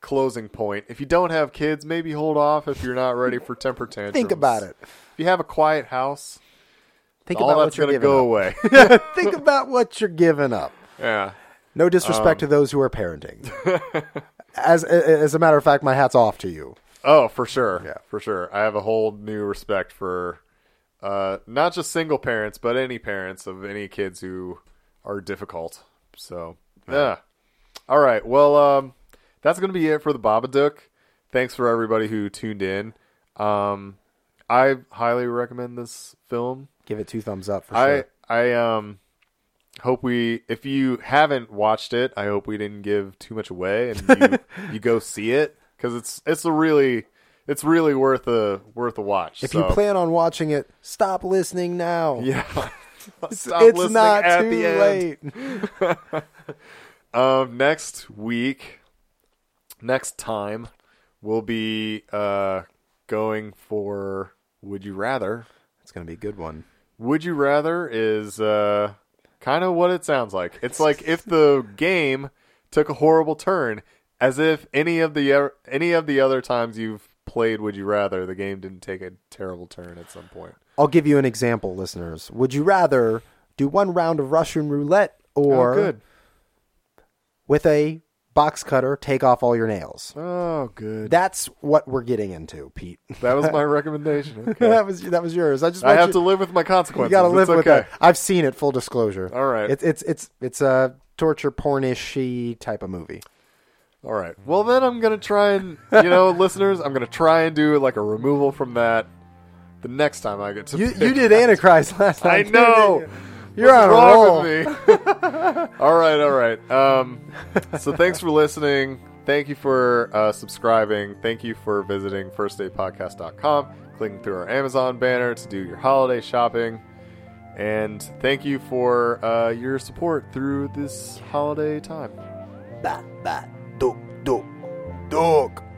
Speaker 1: closing point. If you don't have kids, maybe hold off if you're not ready for temper tantrums.
Speaker 2: Think about it.
Speaker 1: If you have a quiet house,
Speaker 2: Think
Speaker 1: all
Speaker 2: about
Speaker 1: that's
Speaker 2: what you're
Speaker 1: going to
Speaker 2: giving
Speaker 1: go
Speaker 2: up.
Speaker 1: away.
Speaker 2: Think about what you're giving up.
Speaker 1: yeah,
Speaker 2: No disrespect
Speaker 1: Um.
Speaker 2: to those who are parenting. as as a matter of fact, my hat's off to you.
Speaker 1: Oh, for sure.
Speaker 2: Yeah.
Speaker 1: For sure. I have a whole new respect for uh, not just single parents, but any parents of any kids who are difficult. So, yeah. All right. Well, um, that's going to be it for the Babadook. Thanks for everybody who tuned in. Um, I highly recommend this film.
Speaker 2: Give it two thumbs up for
Speaker 1: I
Speaker 2: sure.
Speaker 1: I um hope we if you haven't watched it, I hope we didn't give too much away and you, you go see it cuz it's it's a really it's really worth a worth a watch.
Speaker 2: If you plan on watching it, stop listening now.
Speaker 1: yeah. Stop
Speaker 2: it's
Speaker 1: listening
Speaker 2: not
Speaker 1: at
Speaker 2: too
Speaker 1: the end.
Speaker 2: late.
Speaker 1: Um next week next time we'll be uh going for would you rather
Speaker 2: It's gonna be a good one.
Speaker 1: Would you rather is uh, kind of what it sounds like. It's like if the game took a horrible turn, as if any of the er- any of the other times you've played Would you rather, the game didn't take a terrible turn at some point.
Speaker 2: I'll give you an example, listeners. Would you rather do one round of Russian roulette or
Speaker 1: oh, good.
Speaker 2: with a box cutter take off all your nails?
Speaker 1: Oh, good. That,
Speaker 2: That's what we're getting into, Pete.
Speaker 1: was my recommendation. Okay.
Speaker 2: that was that was yours. I just
Speaker 1: I
Speaker 2: want
Speaker 1: have
Speaker 2: you,
Speaker 1: to live with my
Speaker 2: You
Speaker 1: consequences.
Speaker 2: got to live
Speaker 1: it's okay.
Speaker 2: with that. I've seen it. Full disclosure.
Speaker 1: All right.
Speaker 2: It's it's it's it's a torture pornishy type of movie.
Speaker 1: All right. Well, then I'm gonna try and you know, listeners, I'm gonna try and do like a removal from that the next time I get to.
Speaker 2: You
Speaker 1: pick
Speaker 2: you did
Speaker 1: that.
Speaker 2: Antichrist last
Speaker 1: I
Speaker 2: time.
Speaker 1: know.
Speaker 2: You're
Speaker 1: What's
Speaker 2: on a roll.
Speaker 1: wrong with me? all right, all right. Um, so thanks for listening. Thank you for uh, subscribing. Thank you for visiting firstdaypodcast.com, clicking through our Amazon banner to do your holiday shopping. And thank you for uh, your support through this holiday time.
Speaker 2: Bat bat dog dog dog.